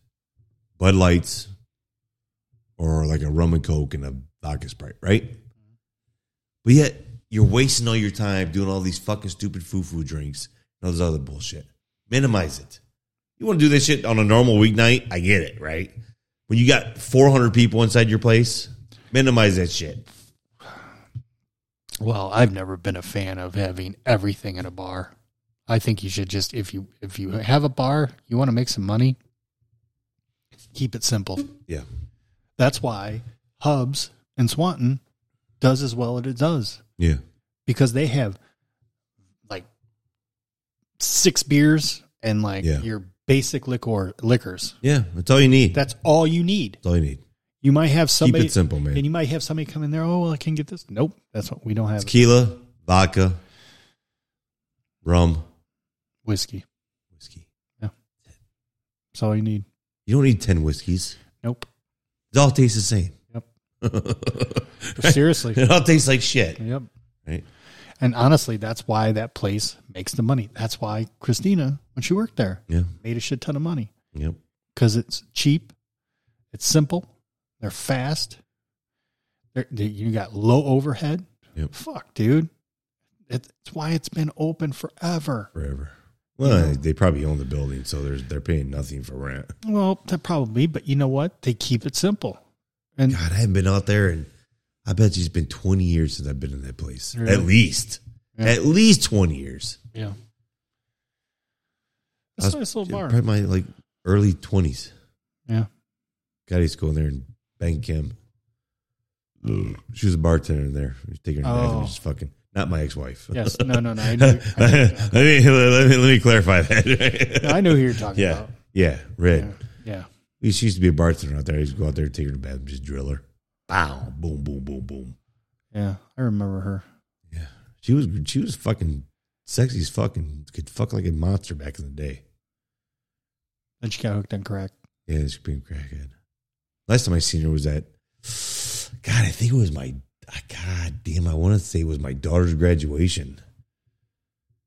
[SPEAKER 1] Bud Lights, or like a rum and coke and a vodka sprite, right? But yet you're wasting all your time doing all these fucking stupid foo foo drinks and all this other bullshit. Minimize it. You want to do this shit on a normal weeknight? I get it, right? When you got 400 people inside your place, minimize that shit.
[SPEAKER 2] Well, I've never been a fan of having everything in a bar. I think you should just if you if you have a bar, you want to make some money, keep it simple.
[SPEAKER 1] Yeah.
[SPEAKER 2] That's why Hubs and Swanton does as well as it does
[SPEAKER 1] Yeah.
[SPEAKER 2] because they have like six beers and like
[SPEAKER 1] Yeah.
[SPEAKER 2] your basic liquor liquors.
[SPEAKER 1] Yeah. That's all you need.
[SPEAKER 2] That's all you need.
[SPEAKER 1] That's all you need.
[SPEAKER 2] You might have somebody
[SPEAKER 1] Keep it simple, man.
[SPEAKER 2] And you might have somebody come in there. Oh, well, I can get this. Nope, that's what we don't have.
[SPEAKER 1] Tequila, vodka, rum,
[SPEAKER 2] Whiskey.
[SPEAKER 1] whiskey.
[SPEAKER 2] Yeah. That's all you need.
[SPEAKER 1] You don't need 10 whiskeys.
[SPEAKER 2] Nope.
[SPEAKER 1] It all tastes the same.
[SPEAKER 2] Yep.
[SPEAKER 1] it
[SPEAKER 2] Seriously.
[SPEAKER 1] all tastes like shit.
[SPEAKER 2] yep.
[SPEAKER 1] Right?
[SPEAKER 2] And honestly, that's why that place makes the money. That's why Christina, when she worked there,
[SPEAKER 1] Yeah.
[SPEAKER 2] made a shit ton of money
[SPEAKER 1] Yep.
[SPEAKER 2] because it's cheap, it's simple, they're fast, they're, they, you got low overhead.
[SPEAKER 1] Yep.
[SPEAKER 2] Fuck, dude. It's why it's been open forever.
[SPEAKER 1] Forever. Well, they probably own the building, so there's they're paying nothing for rent.
[SPEAKER 2] Well, that probably, but you know what? They keep it simple. And
[SPEAKER 1] God, I haven't been out there, and I bet you it's been 20 years since I've been in that place.
[SPEAKER 2] Really?
[SPEAKER 1] At least,
[SPEAKER 2] Yeah.
[SPEAKER 1] at least 20 years.
[SPEAKER 2] yeah,
[SPEAKER 1] I
[SPEAKER 2] it's a
[SPEAKER 1] was-
[SPEAKER 2] nice little bar.
[SPEAKER 1] Probably my like early 20s.
[SPEAKER 2] Yeah,
[SPEAKER 1] God, I used to go in there and bang Kim. She was a bartender in there. She was taking her
[SPEAKER 2] Oh.
[SPEAKER 1] bath and just fucking. Not my ex-wife.
[SPEAKER 2] yes, no, no, no. I knew,
[SPEAKER 1] let,
[SPEAKER 2] I knew,
[SPEAKER 1] me, let me let me clarify that.
[SPEAKER 2] no, I knew who you were talking
[SPEAKER 1] yeah,
[SPEAKER 2] about.
[SPEAKER 1] yeah, red.
[SPEAKER 2] Yeah, yeah.
[SPEAKER 1] She used to be a bartender out there. I used to go out there, take her to bed, and just drill her. Bow, boom, boom, boom, boom.
[SPEAKER 2] Yeah, I remember her.
[SPEAKER 1] She was she was fucking sexy as fucking could fuck like a monster back in the day.
[SPEAKER 2] Then she got hooked on crack.
[SPEAKER 1] Yeah, she being crackhead. Last time I seen her was at God, I think it was my ah, God damn, I want to say it was my daughter's graduation.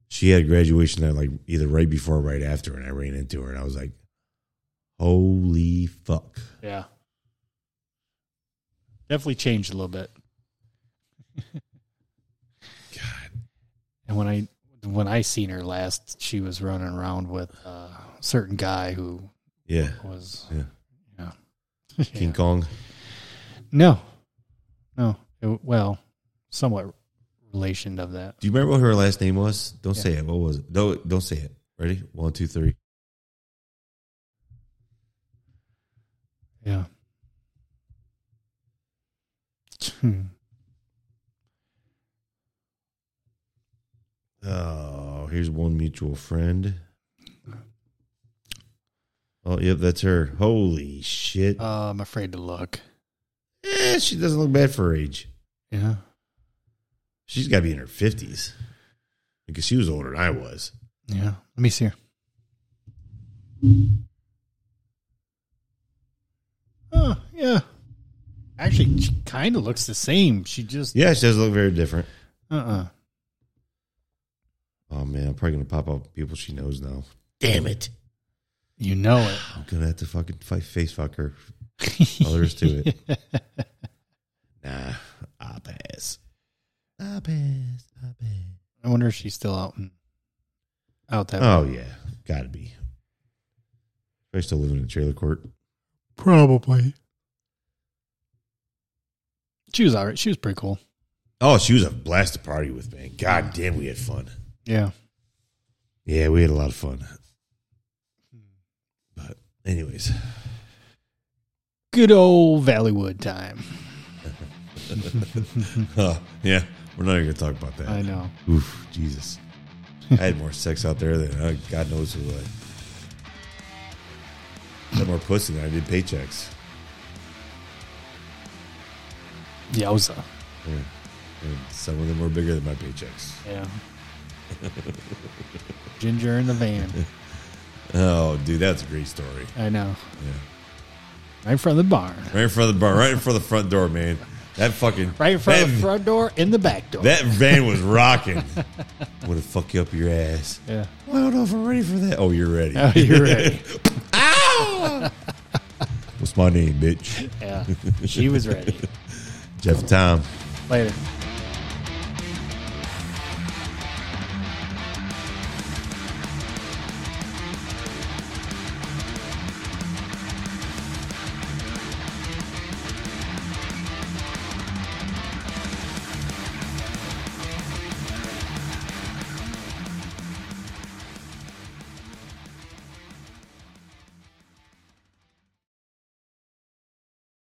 [SPEAKER 1] She had graduation that like either right before or right after, and I ran into her and I was like, Holy fuck.
[SPEAKER 2] Yeah, definitely changed a little bit.
[SPEAKER 1] God.
[SPEAKER 2] And when I when I seen her last, she was running around with uh, a certain guy who
[SPEAKER 1] Yeah.
[SPEAKER 2] was
[SPEAKER 1] Yeah.
[SPEAKER 2] yeah.
[SPEAKER 1] King
[SPEAKER 2] Yeah.
[SPEAKER 1] Kong.
[SPEAKER 2] No, no. It- well, somewhat relation of that.
[SPEAKER 1] Do you remember what her last name was? Don't
[SPEAKER 2] Yeah.
[SPEAKER 1] say it. What was it? No, don't say it. Ready? One, two, three.
[SPEAKER 2] Yeah. Hmm.
[SPEAKER 1] Oh, here's one mutual friend. Oh, yep, that's her. Holy shit.
[SPEAKER 2] Uh, I'm afraid to look.
[SPEAKER 1] Eh, she doesn't look bad for her age.
[SPEAKER 2] Yeah.
[SPEAKER 1] She's got to be in her 50s because she was older than I was.
[SPEAKER 2] Yeah. Let me see her. Oh, yeah. Actually, she kind of looks the same. She just,
[SPEAKER 1] Yeah, she doesn't look very different.
[SPEAKER 2] uh uh
[SPEAKER 1] Oh, man, I'm probably going to pop up people she knows now. Damn it.
[SPEAKER 2] You know it.
[SPEAKER 1] I'm going to have to fucking fight face fuck her. All there is to it. Nah, I pass. I pass. I pass.
[SPEAKER 2] I wonder if she's still out and out that
[SPEAKER 1] Oh yeah, gotta be. Are you still living in a trailer court?
[SPEAKER 2] Probably. She was all right. She was pretty cool.
[SPEAKER 1] Oh, she was a blast to party with, man. God damn, we had fun.
[SPEAKER 2] Yeah.
[SPEAKER 1] Yeah, we had a lot of fun. But anyways,
[SPEAKER 2] Good old Valleywood time.
[SPEAKER 1] Huh, yeah, we're not even gonna talk about that.
[SPEAKER 2] I know.
[SPEAKER 1] Oof, Jesus, I had more sex out there than uh, God knows who. Like, I had more pussy than I did paychecks.
[SPEAKER 2] Yowza.
[SPEAKER 1] Yeah. And some of them were bigger than my paychecks.
[SPEAKER 2] Yeah. Ginger in the van.
[SPEAKER 1] Oh, dude, that's a great story.
[SPEAKER 2] I know.
[SPEAKER 1] Yeah.
[SPEAKER 2] Right from the barn.
[SPEAKER 1] Right in front of the bar, right in front of the front door, man. That fucking
[SPEAKER 2] Right in front
[SPEAKER 1] that,
[SPEAKER 2] of the front door, in the back door.
[SPEAKER 1] That van was rocking. Would have fuck you up your ass.
[SPEAKER 2] yeah.
[SPEAKER 1] Well, I don't know if I'm ready for that. Oh, you're ready.
[SPEAKER 2] Oh, you're ready.
[SPEAKER 1] Ow! What's my name, bitch?
[SPEAKER 2] yeah. She was ready.
[SPEAKER 1] Jeff Tom.
[SPEAKER 2] Later.